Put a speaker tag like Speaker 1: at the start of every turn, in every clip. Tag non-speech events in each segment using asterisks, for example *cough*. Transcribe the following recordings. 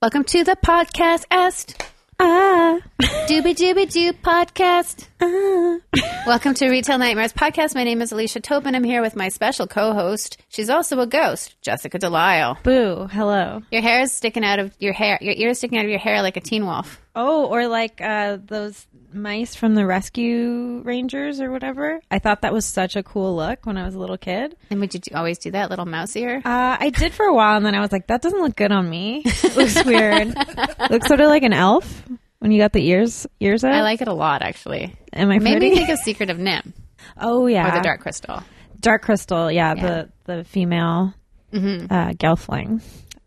Speaker 1: Welcome to the podcast. Est.
Speaker 2: Ah,
Speaker 1: Dooby Dooby Doo podcast. Welcome to Retail Nightmares podcast. My name is Alicia Tobin. I'm here with my special co-host. She's also a ghost, Jessica Delisle.
Speaker 2: boo. Hello.
Speaker 1: Your hair is sticking out of your hair. Your ear is sticking out of your hair like a teen wolf.
Speaker 2: Oh, or like uh, those mice from the rescue rangers or whatever. I thought that was such a cool look when I was a little kid.
Speaker 1: And would you do, always do that little mouse ear?
Speaker 2: Uh, I did for a while, and then I was like, that doesn't look good on me. It *laughs* looks weird. looks sort of like an elf when you got the ears ears out.
Speaker 1: I like it a lot, actually.
Speaker 2: Am I
Speaker 1: Made
Speaker 2: pretty?
Speaker 1: me think
Speaker 2: *laughs*
Speaker 1: of Secret of Nim
Speaker 2: oh
Speaker 1: or
Speaker 2: yeah,
Speaker 1: the Dark Crystal.
Speaker 2: Dark crystal. Yeah, the the female uh, gelfling.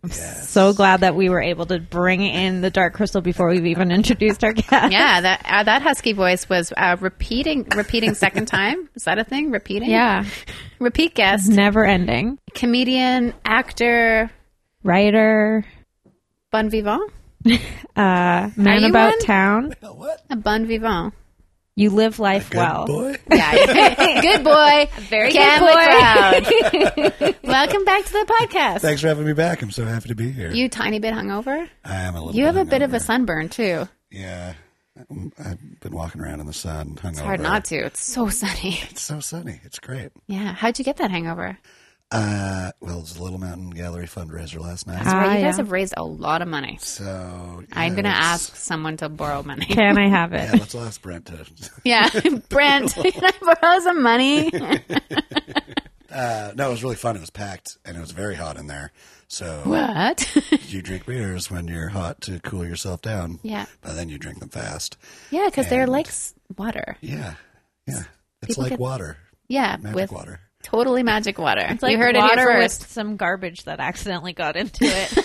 Speaker 2: I'm so glad that we were able to bring in the dark crystal before we've even introduced *laughs* our guest.
Speaker 1: Yeah, that uh, that husky voice was uh, repeating, repeating
Speaker 2: *laughs*
Speaker 1: second time. Is that a thing? Repeating?
Speaker 2: Yeah.
Speaker 1: Repeat guest,
Speaker 2: *laughs* Never ending.
Speaker 1: comedian, actor,
Speaker 2: Writer,
Speaker 1: bon vivant,
Speaker 2: uh,
Speaker 1: Are
Speaker 2: man
Speaker 1: you
Speaker 2: about
Speaker 1: one?
Speaker 2: town.
Speaker 1: a bon vivant.
Speaker 2: You live life
Speaker 1: *laughs*
Speaker 2: well.
Speaker 3: boy.
Speaker 1: Yeah, *laughs* good boy, very
Speaker 2: good boy.
Speaker 1: *laughs* Welcome back to the podcast.
Speaker 3: Thanks for having me back. I'm so happy to be here.
Speaker 1: You tiny bit hungover.
Speaker 3: I am a little.
Speaker 1: You have a bit of a
Speaker 3: hungover.
Speaker 1: sunburn too.
Speaker 3: Yeah, Um, I've been walking around in the sun. Hungover.
Speaker 1: It's hard not to. It's so sunny.
Speaker 3: It's so sunny. It's great.
Speaker 1: Yeah. How'd you get that hangover?
Speaker 3: Uh, well, it was a Little Mountain Gallery fundraiser last night.
Speaker 1: Right,
Speaker 2: Ah,
Speaker 1: you guys
Speaker 2: yeah.
Speaker 1: have raised a lot of money.
Speaker 3: so
Speaker 1: I'm
Speaker 3: yeah,
Speaker 1: gonna
Speaker 3: it's-
Speaker 1: ask someone to borrow money.
Speaker 2: Can I have it?
Speaker 3: Yeah, let's ask Brent to.
Speaker 1: *laughs*
Speaker 3: *laughs*
Speaker 1: Yeah, *laughs* Brent, can I borrow some money?
Speaker 3: Uh, no, it was really fun. It was packed and it was very hot in there. So
Speaker 1: *laughs* What?
Speaker 3: you drink beers when you're hot to cool yourself down.
Speaker 1: Yeah.
Speaker 3: But then you drink them fast.
Speaker 1: yeah, because they're
Speaker 3: And-
Speaker 1: like s- water.
Speaker 3: Yeah. Yeah. It's
Speaker 1: People
Speaker 3: like
Speaker 1: get-
Speaker 3: water.
Speaker 1: Yeah,
Speaker 3: Magic
Speaker 1: with
Speaker 3: water.
Speaker 1: totally magic water.
Speaker 2: *laughs* It's like
Speaker 1: you heard
Speaker 2: water
Speaker 1: it here first.
Speaker 2: with some garbage that accidentally got
Speaker 1: *laughs*
Speaker 2: into it.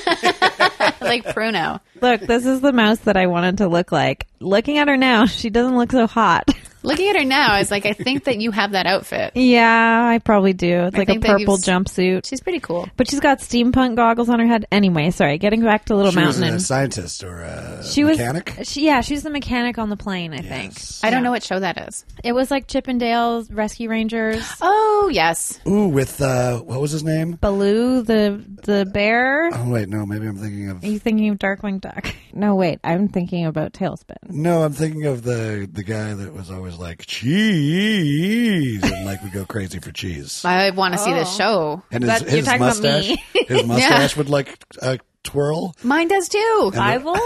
Speaker 1: like Pruno.
Speaker 2: Look, this is the mouse that I wanted to look like. Looking at her now, *laughs* she doesn't look so hot.
Speaker 1: Looking at her now, it's like I think that you have that outfit.
Speaker 2: Yeah, I probably do. It's
Speaker 1: I
Speaker 2: like a
Speaker 1: think that
Speaker 2: purple
Speaker 1: you've-
Speaker 2: jumpsuit.
Speaker 1: She's pretty cool.
Speaker 2: But she's got steampunk goggles on her head. Anyway, sorry, getting back to Little
Speaker 3: She was
Speaker 2: Mountain.
Speaker 3: a
Speaker 2: and-
Speaker 3: scientist or a
Speaker 2: she was
Speaker 3: mechanic.
Speaker 2: She, yeah, she was the mechanic on the plane, I
Speaker 3: Yes.
Speaker 1: I don't know what show that is.
Speaker 2: think. It was like Chippendales, Rescue Rangers, *gasps*
Speaker 1: Oh yes,
Speaker 3: Ooh, with uh, what was his name?
Speaker 2: Baloo, the the bear.
Speaker 3: Oh wait, no, maybe I'm thinking of
Speaker 2: Are you thinking of Darkwing Duck? *laughs* No, wait, I'm thinking about Tailspin.
Speaker 3: no, I'm thinking of the the guy that was always like cheese and like we go crazy for cheese.
Speaker 1: I want to see this
Speaker 2: Oh.
Speaker 1: show.
Speaker 3: And his,
Speaker 2: That- you're
Speaker 3: his
Speaker 2: talking about
Speaker 3: mustache,
Speaker 2: me. *laughs*
Speaker 3: his mustache would like uh, twirl.
Speaker 1: Mine does too.
Speaker 2: Fievel?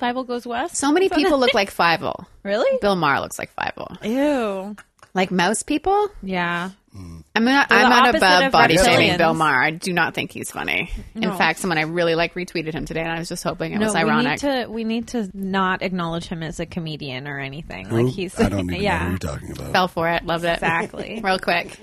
Speaker 2: Fievel goes west?
Speaker 1: So many people look like Fievel.
Speaker 2: Really?
Speaker 1: Bill Maher looks like Fievel.
Speaker 2: Ew.
Speaker 1: Like mouse people.
Speaker 2: Yeah.
Speaker 1: I'm not.
Speaker 2: They're the
Speaker 1: I'm not
Speaker 2: opposite
Speaker 1: above
Speaker 2: of
Speaker 1: body shaming
Speaker 2: reptilians.
Speaker 1: Bill Maher. I do not think he's funny. In fact, someone I really like retweeted him today, and I was just hoping it was
Speaker 2: we need
Speaker 1: ironic.
Speaker 2: to we need to not acknowledge him as a comedian or anything.
Speaker 3: Who?
Speaker 2: Like he's
Speaker 3: I
Speaker 2: *laughs*
Speaker 3: don't even know who
Speaker 2: yeah.
Speaker 3: you're talking about.
Speaker 1: Fell for it. Loved it. *laughs*
Speaker 2: Exactly.
Speaker 1: Real quick.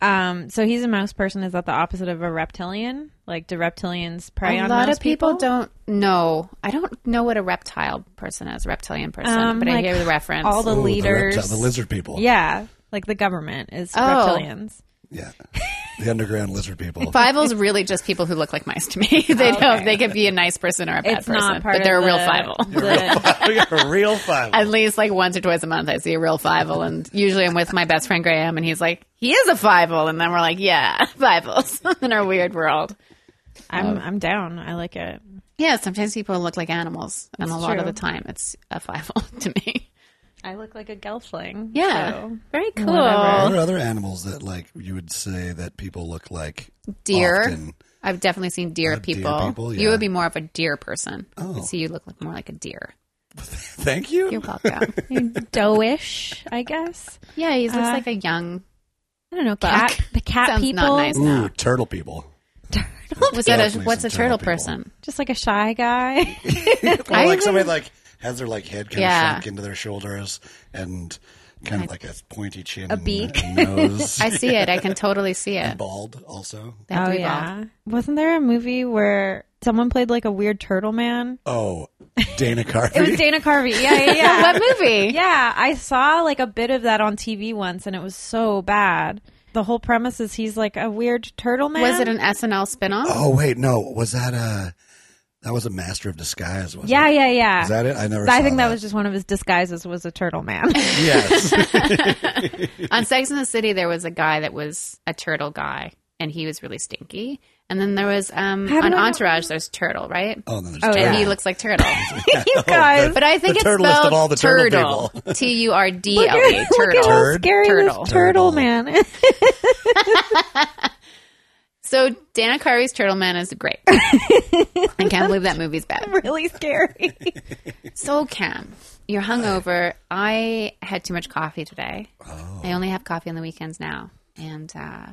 Speaker 2: um so he's a mouse person. Is that the opposite of a reptilian? Like do reptilians prey
Speaker 1: a
Speaker 2: on
Speaker 1: lot
Speaker 2: mouse
Speaker 1: of people, don't know. I don't know what a reptile person is, reptilian person,
Speaker 2: Um,
Speaker 1: but I
Speaker 2: like
Speaker 1: hear the reference.
Speaker 2: all the
Speaker 3: Ooh,
Speaker 2: leaders.
Speaker 3: the, reptile- the lizard people.
Speaker 2: Yeah. Like the government is
Speaker 1: Oh.
Speaker 2: reptilians.
Speaker 3: yeah, the underground
Speaker 2: *laughs*
Speaker 3: lizard people.
Speaker 1: Fievel's really just people who look like mice to me. *laughs* they don't. They could be a nice person or a bad
Speaker 2: It's
Speaker 1: person,
Speaker 2: not part
Speaker 1: but they're
Speaker 2: of
Speaker 1: a real
Speaker 2: the-
Speaker 1: Fievel.
Speaker 2: the-
Speaker 3: *laughs* we got a real five.
Speaker 1: *laughs* At least like once or twice a month, I see a real Fievel, and usually I'm with my best friend Graham, and he's like, "He is a Fievel," and then we're like, "Yeah, *laughs* Fievels in our weird world."
Speaker 2: I'm I'm down. I like it.
Speaker 1: Yeah, sometimes people look like animals, and a lot of
Speaker 2: true.
Speaker 1: the time, it's a Fievel *laughs* to me.
Speaker 2: I look like a gelfling.
Speaker 1: Yeah,
Speaker 2: so-
Speaker 1: very cool.
Speaker 2: whatever.
Speaker 3: Are
Speaker 2: *laughs*
Speaker 3: there other animals that like you would say that people look like?
Speaker 1: deer.
Speaker 3: often?
Speaker 1: I've definitely seen deer
Speaker 3: Uh, deer
Speaker 1: people.
Speaker 3: people,
Speaker 1: You
Speaker 3: yeah.
Speaker 1: would be more of a deer person.
Speaker 3: Oh.
Speaker 1: So you look like more like a deer.
Speaker 3: Thank you.
Speaker 1: You're
Speaker 3: *laughs*
Speaker 1: welcome.
Speaker 2: doish, I guess.
Speaker 1: yeah, he looks
Speaker 2: Uh,
Speaker 1: like a young.
Speaker 2: I don't know.
Speaker 1: Buck.
Speaker 2: Cat, the cat
Speaker 1: Sounds
Speaker 2: people,
Speaker 1: not nice.
Speaker 3: Ooh, turtle people.
Speaker 1: Was that a
Speaker 3: definitely
Speaker 1: what's a
Speaker 3: some
Speaker 1: turtle
Speaker 3: turtle people.
Speaker 1: person?
Speaker 2: just like a shy *laughs* guy.
Speaker 3: Or
Speaker 1: I
Speaker 3: like somebody
Speaker 1: wouldn't-
Speaker 3: like has their like head kind
Speaker 1: Yeah.
Speaker 3: of sunk into their shoulders and kind of like a pointy chin,
Speaker 2: A beak. *laughs*
Speaker 3: and nose,
Speaker 1: I see it. I
Speaker 3: *laughs*
Speaker 1: can totally see it.
Speaker 3: bald also.
Speaker 1: They have to be bald.
Speaker 2: Oh, Wasn't there a movie where someone played like a weird turtle man?
Speaker 3: Oh, Dana Carvey.
Speaker 2: *laughs* It was Dana Carvey. Yeah, yeah,
Speaker 1: *laughs*
Speaker 2: yeah.
Speaker 1: What movie?
Speaker 2: *laughs* Yeah, I saw like a bit of that on TV once, and it was so bad. The whole premise is he's like a weird turtle man.
Speaker 1: Was it an SNL spinoff?
Speaker 3: oh wait, no, was that uh That was a master of disguise, wasn't
Speaker 2: Yeah,
Speaker 3: it?
Speaker 2: yeah, yeah.
Speaker 3: Is that it? I never
Speaker 2: I
Speaker 3: saw
Speaker 2: think that
Speaker 3: that.
Speaker 2: was just one of his disguises was a turtle
Speaker 3: *laughs*
Speaker 2: man. *laughs*
Speaker 3: Yes.
Speaker 1: On Sex in the City, there was a guy that was a turtle guy, and he was really stinky. And then there was um,
Speaker 2: How do
Speaker 1: on
Speaker 2: I know-
Speaker 1: Entourage. There's Turtle, right?
Speaker 3: oh, then there's
Speaker 2: Oh,
Speaker 3: turtles.
Speaker 1: And
Speaker 2: yeah.
Speaker 1: he looks like
Speaker 3: *laughs*
Speaker 1: Turtle.
Speaker 3: Oh,
Speaker 2: you guys.
Speaker 1: But I think
Speaker 3: The
Speaker 1: it's
Speaker 3: turtlest of
Speaker 1: spelled
Speaker 3: all the turtle
Speaker 1: turtle. T U R D L
Speaker 2: look
Speaker 1: E.
Speaker 2: at, look at
Speaker 1: Turtle.
Speaker 2: how
Speaker 3: Turd?
Speaker 2: scary
Speaker 1: Turtle.
Speaker 2: this turtle
Speaker 3: Turtle.
Speaker 2: man *laughs* is.
Speaker 1: So Dana Carvey's Turtle Man is *laughs* great. I can't believe that movie's bad.
Speaker 2: really scary.
Speaker 1: So Cam, you're hungover. I had too much coffee today. I only have coffee on the weekends now, and uh,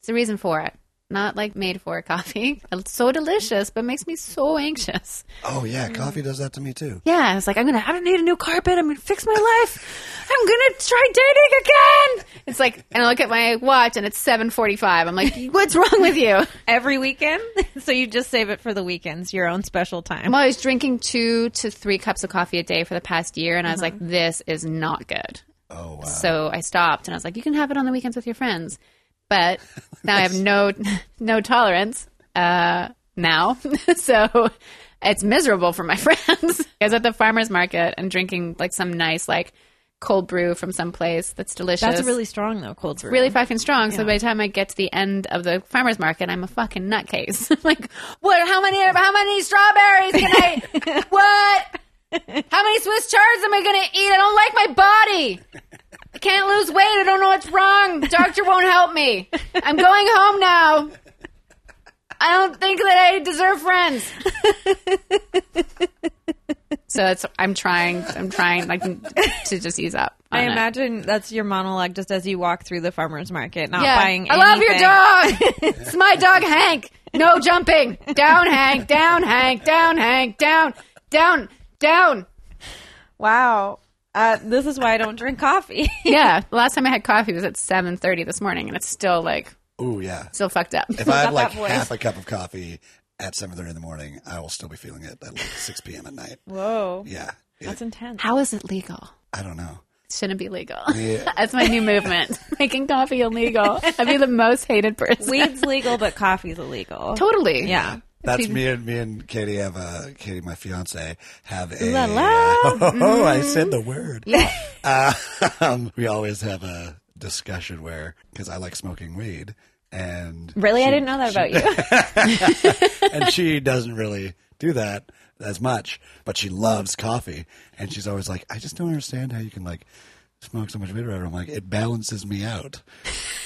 Speaker 1: it's a reason for it. Not like made for coffee. *laughs* It's so delicious, but makes me so anxious.
Speaker 3: Oh, yeah. Coffee does that to me, too.
Speaker 1: Yeah, I was like, I'm gonna. I don't need a new carpet. I'm gonna fix my life. I'm gonna try dating again. It's like, and I look at my watch, and it's 7:45. I'm like, what's wrong with you?
Speaker 2: Every weekend? *laughs* So you just save it for the weekends, your own special time.
Speaker 1: Well, I was drinking two to three cups of coffee a day for the past year, and I was
Speaker 2: Uh-huh.
Speaker 1: like, this is not good.
Speaker 3: Oh, wow.
Speaker 1: So I stopped, and I was like, you can have it on the weekends with your friends,
Speaker 2: *laughs*
Speaker 1: but now I have no *laughs* no tolerance uh, now, *laughs* so it's miserable for my *laughs* friends. I was at the farmers market and drinking like some nice like cold brew from some place that's delicious.
Speaker 2: That's really strong though, cold brew.
Speaker 1: Really fucking strong. So by the time I get to the end of the farmers market, I'm a fucking nutcase. *laughs* like, what? How many? How many strawberries can I? what? How many Swiss chards am I gonna eat? I don't like my body. I can't lose weight. I don't know what's wrong. The doctor won't help me. I'm going home now. I don't think that I deserve friends. so that's I'm trying. I'm trying like to just ease up. on
Speaker 2: I
Speaker 1: it.
Speaker 2: imagine that's your monologue just as you walk through the farmer's market, not
Speaker 1: Yeah.
Speaker 2: buying
Speaker 1: I love your
Speaker 2: anything.
Speaker 1: dog. *laughs* it's my dog Hank. No jumping. Down Hank. Down Hank. Down Hank. Down. Down.
Speaker 2: *laughs*
Speaker 1: Down.
Speaker 2: Wow. Uh, this is why I don't drink coffee. *laughs*
Speaker 1: Yeah. The last time I had coffee was at seven thirty this morning and it's still like
Speaker 3: Oh, yeah.
Speaker 1: still fucked up.
Speaker 3: If I have
Speaker 2: got
Speaker 3: like
Speaker 2: that voice.
Speaker 3: half a cup of coffee at 7.30 in the morning, I will still be feeling it at like 6 p.m. at night.
Speaker 2: Whoa.
Speaker 3: Yeah. It,
Speaker 2: That's intense.
Speaker 1: How is it legal?
Speaker 3: I
Speaker 2: *laughs*
Speaker 3: don't know.
Speaker 1: It shouldn't be legal.
Speaker 3: Yeah.
Speaker 1: *laughs* That's my new *laughs* movement. Making coffee illegal. I'd be the most hated person.
Speaker 2: Weed's legal, but coffee's
Speaker 1: *laughs*
Speaker 2: illegal.
Speaker 1: totally.
Speaker 2: Yeah.
Speaker 3: That's me and me and Katie have a Katie, my fiance, have a.
Speaker 2: La la.
Speaker 3: *laughs*
Speaker 2: Mm.
Speaker 3: oh, I said
Speaker 2: *laughs*
Speaker 3: the word. Yeah. *laughs* um, we always have a discussion where because I like smoking weed and
Speaker 2: Really? I didn't know that about
Speaker 1: *laughs*
Speaker 2: you.
Speaker 3: and she doesn't really do that as much, but she loves coffee, and she's always like, I just don't understand how you can like smoke so much weed. or whatever." I'm like, it balances me out,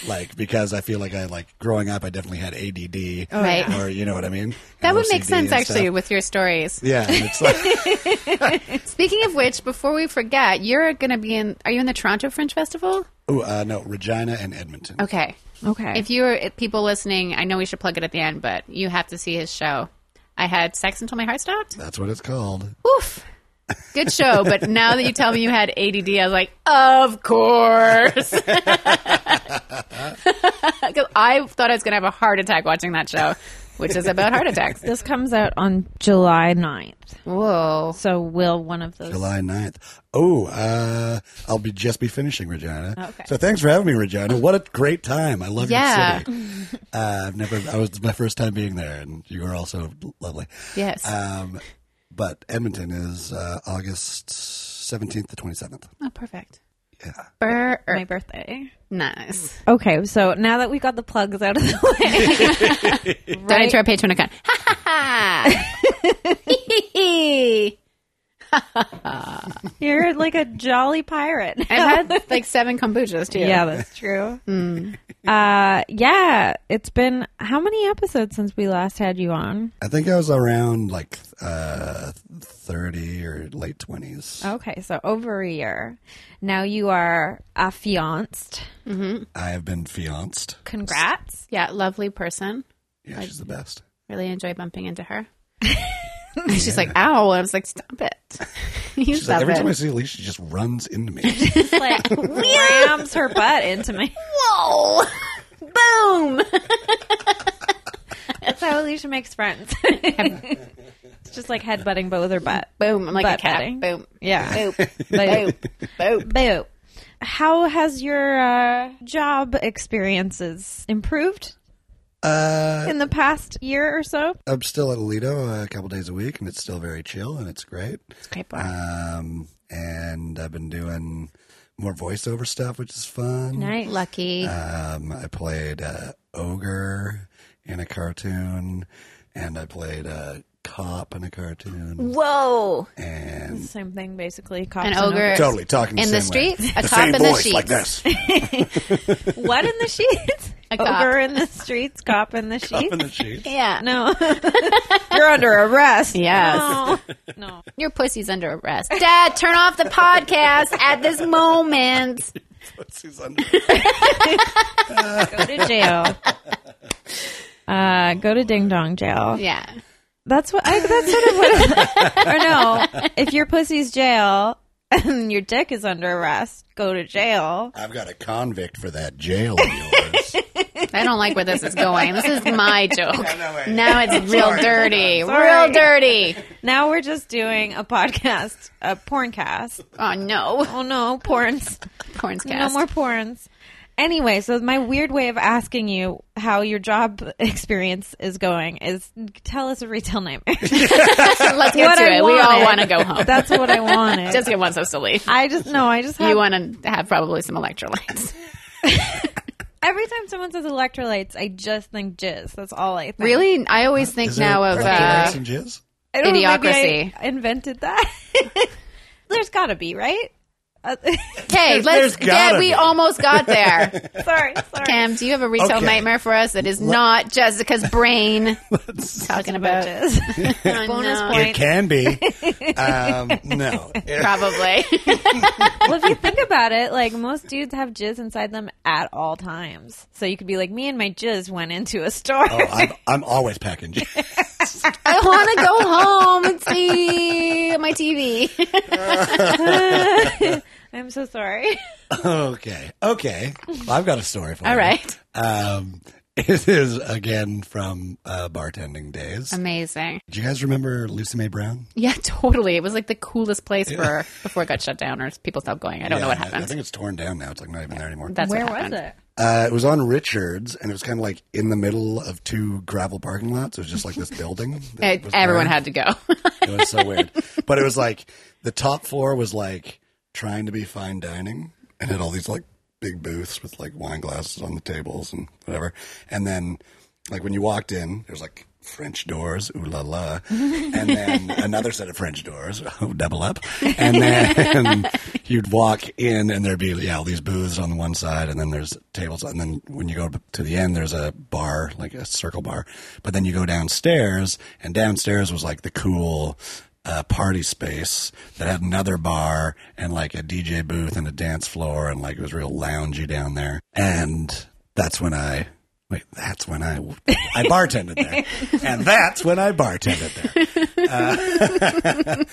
Speaker 3: like because I feel like I like growing up, I definitely had ADD,
Speaker 1: Right.
Speaker 3: Or you know what I mean.
Speaker 1: Oh, That
Speaker 3: And
Speaker 1: would make
Speaker 3: OCD
Speaker 1: sense
Speaker 3: and
Speaker 1: actually
Speaker 3: stuff.
Speaker 1: with your stories.
Speaker 3: Yeah, and it's
Speaker 1: *laughs*
Speaker 3: like.
Speaker 1: Speaking of which, before we forget, you're going to be in. Are you in the Toronto Fringe Festival?
Speaker 3: Oh, uh, no, Regina and Edmonton.
Speaker 1: Okay.
Speaker 2: Okay.
Speaker 1: If you are if people listening, I know we should plug it at the end, but you have to see his show. I had sex until my heart stopped.
Speaker 3: That's what it's called.
Speaker 1: Oof. Good show, but now that you tell me you had ADD, I was like, of course. *laughs* Because I thought I was going to have a heart attack watching that show, which is about heart attacks.
Speaker 2: this comes out on July 9th.
Speaker 1: *laughs* Whoa.
Speaker 2: So will one of those
Speaker 3: July 9th. Oh, uh, I'll be just be finishing Regina.
Speaker 2: Okay.
Speaker 3: So thanks for having me, Regina. What a great time! I love
Speaker 1: Yeah.
Speaker 3: your city. Uh, I've never. I was my first time being there, and you were also lovely.
Speaker 1: Yes.
Speaker 3: Um, but Edmonton is uh, August seventeenth to twenty seventh.
Speaker 1: oh, perfect.
Speaker 3: Yeah.
Speaker 1: Burr.
Speaker 2: my birthday.
Speaker 1: Nice.
Speaker 2: Okay, so now that we got the plugs out of the *laughs* way,
Speaker 1: Donate to our Patreon account. Ha ha *laughs* ha. Hee, hee, hee.
Speaker 2: You're like a jolly pirate.
Speaker 1: I've had like seven kombuchas too.
Speaker 2: yeah, that's true. Uh, yeah, it's been how many episodes since we last had you on?
Speaker 3: I think I was around like uh, thirty or late twenties.
Speaker 2: Okay, so over a year. Now you are affianced.
Speaker 3: I have been fianced.
Speaker 2: *laughs* Congrats.
Speaker 1: Yeah, lovely person.
Speaker 3: Yeah, she's the best.
Speaker 1: Really enjoy bumping into *laughs* her. She's like, ow. I was like, stop it. *laughs* You
Speaker 3: She's like,
Speaker 1: stop
Speaker 3: every time I
Speaker 1: it.
Speaker 3: see Elise, she just runs into me.
Speaker 2: Just like rams her butt into me.
Speaker 1: Whoa. *laughs* Boom.
Speaker 2: That's how Alicia makes friends. *laughs* it's just like headbutting both her butt.
Speaker 1: Boom. I'm like
Speaker 2: Butt
Speaker 1: a cat.
Speaker 2: petting.
Speaker 1: Boom.
Speaker 2: Yeah.
Speaker 1: Boop.
Speaker 2: *laughs* Boop.
Speaker 1: Boop. Boop.
Speaker 2: Boo. How has your uh, job experiences improved?
Speaker 3: Uh,
Speaker 2: in the past year or so?
Speaker 3: I'm still at Alito a couple days a week, and it's still very chill, and it's great.
Speaker 2: It's great bar.
Speaker 3: Um, and I've been doing more voiceover stuff, which is fun.
Speaker 2: nice.
Speaker 1: Lucky.
Speaker 3: Um, I played uh, ogre in a cartoon, and I played a cop in a cartoon,
Speaker 1: Whoa.
Speaker 3: and
Speaker 2: Same thing, basically. Cops
Speaker 1: An
Speaker 2: and
Speaker 1: ogre
Speaker 3: totally talking the
Speaker 1: in the
Speaker 3: same way.
Speaker 1: streets, a
Speaker 3: the
Speaker 1: cop
Speaker 3: same
Speaker 1: in the
Speaker 3: voice
Speaker 1: sheets.
Speaker 3: like this,
Speaker 2: ogre. *laughs* What in the sheets?
Speaker 1: A cop.
Speaker 2: ogre in the streets, cop in
Speaker 1: *laughs*
Speaker 2: the
Speaker 3: up
Speaker 2: sheets.
Speaker 3: in the sheets.
Speaker 1: Yeah.
Speaker 2: No,
Speaker 1: *laughs*
Speaker 2: you're under arrest.
Speaker 1: Yes. *laughs*
Speaker 2: No. no.
Speaker 1: Your pussy's under arrest. Dad, turn off the podcast at this moment.
Speaker 3: What's his under-
Speaker 2: Go to
Speaker 1: *laughs*
Speaker 2: jail. Uh, go to ding dong jail.
Speaker 1: Yeah.
Speaker 2: That's what. I, that's sort of what. *laughs* or no, if your pussy's jail and your dick is under arrest, go to jail.
Speaker 3: I've got a convict for that jail of
Speaker 1: *laughs*
Speaker 3: yours.
Speaker 1: I don't like where this is going. This is my joke.
Speaker 3: no, wait.
Speaker 1: Now
Speaker 3: *laughs*
Speaker 1: it's real dirty.
Speaker 2: Sorry.
Speaker 1: Real dirty.
Speaker 2: Now we're just doing a podcast, a porncast.
Speaker 1: Oh, no.
Speaker 2: Oh no, porns.
Speaker 1: Porn's
Speaker 2: No
Speaker 1: cast.
Speaker 2: more porns. Anyway, so my weird way of asking you how your job *laughs* experience is going is tell us a retail nightmare.
Speaker 1: *laughs*
Speaker 2: *laughs*
Speaker 1: Let's get
Speaker 2: What
Speaker 1: to
Speaker 2: I
Speaker 1: it. We all
Speaker 2: wanted.
Speaker 1: want to go home.
Speaker 2: That's what I wanted.
Speaker 1: Jessica wants us to leave.
Speaker 2: I just no, I just have,
Speaker 1: You want to have probably some electrolytes.
Speaker 2: every time someone says electrolytes, I just think jizz. That's all I think.
Speaker 1: *laughs* Really? I always think
Speaker 3: Is
Speaker 1: now
Speaker 3: there
Speaker 1: of.
Speaker 3: electrolytes
Speaker 1: Uh,
Speaker 3: and jizz?
Speaker 2: I don't know, maybe I
Speaker 1: Idiocracy.
Speaker 2: invented that. *laughs* There's got to be right. Uh, *laughs*
Speaker 1: hey,
Speaker 3: there's
Speaker 1: let's.
Speaker 3: gotta
Speaker 1: Yeah, we
Speaker 3: be.
Speaker 1: almost got
Speaker 3: *laughs*
Speaker 1: there.
Speaker 2: sorry, sorry.
Speaker 1: Cam, do you have a retail
Speaker 3: Okay.
Speaker 1: nightmare for us that is not Jessica's brain
Speaker 3: *laughs*
Speaker 1: *laughs* talking about?
Speaker 2: Jizz.
Speaker 1: *laughs* Oh,
Speaker 2: Bonus
Speaker 1: no.
Speaker 2: point.
Speaker 3: It can
Speaker 1: *laughs*
Speaker 3: be. Um, no.
Speaker 1: Probably.
Speaker 3: *laughs*
Speaker 1: *laughs*
Speaker 2: well, if you think about it, like most dudes have jizz inside them at all times, so you could be like, me and my jizz went into a store.
Speaker 3: Oh, I'm, I'm always packing *laughs* jizz.
Speaker 1: I want to go home and see my
Speaker 3: *laughs*
Speaker 1: TV.
Speaker 2: *laughs* I'm so sorry.
Speaker 3: Okay. Okay. Well, I've got a story for you.
Speaker 1: All right.
Speaker 3: Um, it is, again, from uh, bartending days.
Speaker 1: Um, Amazing.
Speaker 3: Do you guys remember Lucy May Brown?
Speaker 1: Yeah, totally. It was like the coolest place for before it got shut down or people stopped going. I don't know what
Speaker 3: Yeah, I, I
Speaker 1: happened.
Speaker 3: think it's torn down now. It's like not even there anymore.
Speaker 1: That's what happened.
Speaker 3: Uh, it was on Richards, and it was kind of like in the middle of two gravel parking lots. It was just like this building. that
Speaker 1: It-
Speaker 3: was
Speaker 1: *laughs* everyone
Speaker 3: there.
Speaker 1: had
Speaker 3: *laughs*
Speaker 1: to go.
Speaker 3: It was so weird. But it was like the top floor was like trying to be fine dining and had all these like big booths with like wine glasses on the tables and whatever. And then like when you walked in, there was like French doors, ooh la la, and then another set of French doors, *laughs* oh, double up, and then you'd walk in and there'd be yeah all these booths on the one side, and then there's tables, and then when you go to the end, there's a bar like a circle bar, but then you go downstairs, and downstairs was like the cool uh, party space that had another bar and like a DJ booth and a dance floor, and like it was real loungy down there. And that's when I wait, that's when I I bartended there, and that's when I bartended there. Uh, *laughs*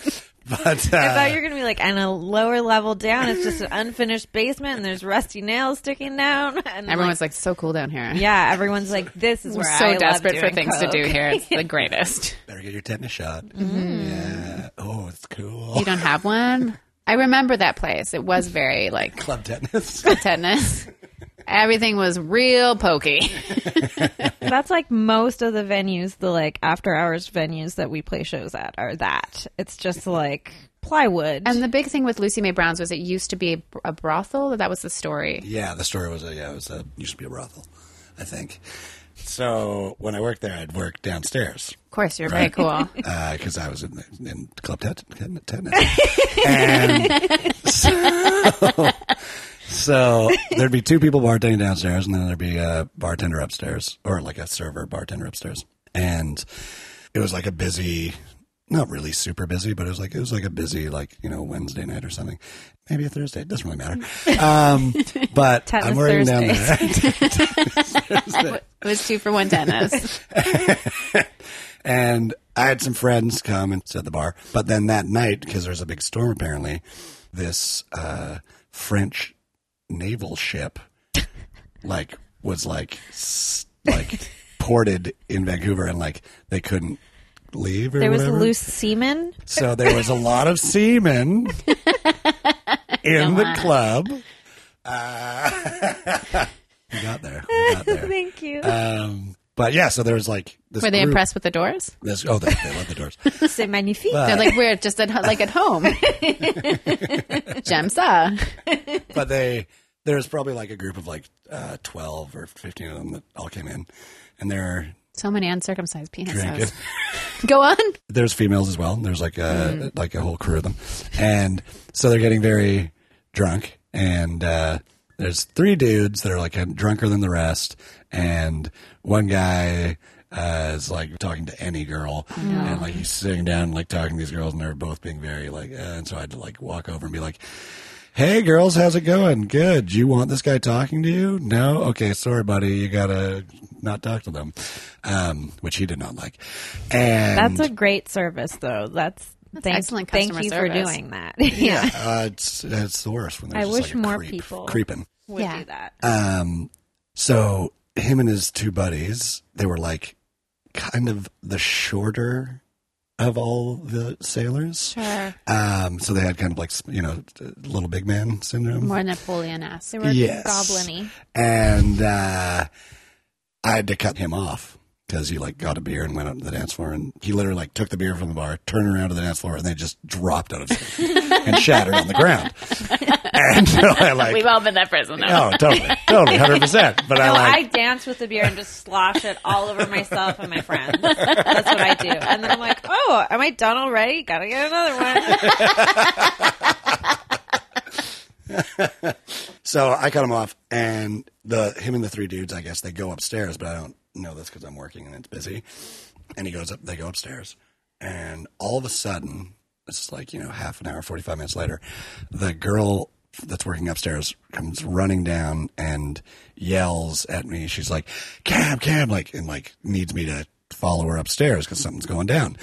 Speaker 3: but uh,
Speaker 2: I thought you were gonna be like on a lower level down. It's just an unfinished basement, and there's rusty nails sticking down. And
Speaker 1: Everyone's like so cool down here.
Speaker 2: like, yeah, everyone's like, this is
Speaker 1: We're
Speaker 2: where I
Speaker 1: so
Speaker 2: love
Speaker 1: desperate for
Speaker 2: doing
Speaker 1: things
Speaker 2: coke.
Speaker 1: to do here.
Speaker 2: *laughs*
Speaker 1: It's the greatest.
Speaker 3: better get your tetanus shot. Yeah. Oh, it's cool.
Speaker 1: You don't have one? I remember that place. It was very like
Speaker 3: Club tetanus.
Speaker 1: tetanus. Everything was real pokey.
Speaker 2: That's like most of the venues, the like after hours venues that we play shows at are that. It's just like plywood.
Speaker 1: And the big thing with Lucy May Brown's was it used to be a brothel. That was the story.
Speaker 3: Yeah, the story was a yeah, it was a used to be a brothel, I think. So when I worked there, I'd work downstairs.
Speaker 1: Of course, you're very cool.
Speaker 3: because Uh, I was in, the, in club tet- tet- tetanus. and so, so there'd be two people bartending downstairs, and then there'd be a bartender upstairs, or like a server bartender upstairs. And it was like a busy, not really super busy, but it was like it was like a busy, like you know, Wednesday night or something, maybe a Thursday. It doesn't really matter. Um, but I'm
Speaker 2: Tetanus
Speaker 3: working down there.
Speaker 1: *laughs* It was two for one tennis.
Speaker 3: and I had some friends come and sit at the bar. But then that night, because there was a big storm apparently, this uh, French naval ship like was like s- like ported in Vancouver, and like they couldn't leave or
Speaker 2: there was
Speaker 3: whatever.
Speaker 2: loose semen.
Speaker 3: So there was a lot of semen in the club. Uh, *laughs* we got there. We got
Speaker 2: *laughs*
Speaker 3: there.
Speaker 2: Thank you.
Speaker 3: Um, But yeah, so there was like this.
Speaker 1: Were they
Speaker 3: group-
Speaker 1: impressed with the doors?
Speaker 3: This, oh, they, they love the doors.
Speaker 2: C'est magnifique.
Speaker 1: They're like we're just at, like at *laughs* home. Gemsa.
Speaker 3: but they there's probably like a group of like uh, 12 or 15 of them that all came in and they're
Speaker 1: So many uncircumcised penises.
Speaker 3: drinking
Speaker 1: Go on.
Speaker 3: there's females as well there's like a
Speaker 2: Mm.
Speaker 3: like a whole crew of them and so they're getting very drunk and uh, there's three dudes that are like drunker than the rest and one guy uh, is like talking to any girl and like he's sitting down like talking to these girls and they're both being very like uh, and so i had to like walk over and be like Hey girls, how's it going? Good. You want this guy talking to you? No? Okay, sorry, buddy. You gotta not talk to them. Um, which he did not like. And
Speaker 2: That's a great service, though. That's, thank,
Speaker 1: excellent
Speaker 2: Thank
Speaker 1: customer
Speaker 2: you for
Speaker 1: service.
Speaker 2: doing that. *laughs* Yeah,
Speaker 3: uh, it's it's the worst when
Speaker 2: I
Speaker 3: there's just
Speaker 2: wish
Speaker 3: like a
Speaker 2: more
Speaker 3: creep
Speaker 2: people-
Speaker 3: creeping.
Speaker 2: would
Speaker 1: Yeah.
Speaker 2: do that.
Speaker 3: Um, so him and his two buddies, they were like kind of the shorter of all the sailors.
Speaker 1: Sure.
Speaker 3: Um, so they had kind of like you know little big man syndrome.
Speaker 1: More Napoleon esque.
Speaker 2: They were
Speaker 3: Yes.
Speaker 2: goblin-y.
Speaker 3: and uh, I had to cut him off because he like got a beer and went up to the dance floor, and he literally like took the beer from the bar, turned around to the dance floor, and then just dropped out
Speaker 2: *laughs*
Speaker 3: of it and shattered on the ground. And so I like,
Speaker 1: We've all been that prison though.
Speaker 3: oh, totally, totally, hundred percent. But I
Speaker 2: No, I
Speaker 3: like,
Speaker 2: dance with the beer and just slosh it all over myself and my friends. That's what I do. And then I'm like, oh, am I done already? Gotta get another *laughs* one.
Speaker 3: so I cut him off, and the him and the three dudes, I guess they go upstairs, but I don't know this because I'm working and it's busy. And he goes up, they go upstairs, and all of a sudden, it's like you know, half an hour, forty five minutes later, the girl that's working upstairs comes running down and yells at me. She's like, "Cab, cab!" Like and like needs me to follow her upstairs because something's going down.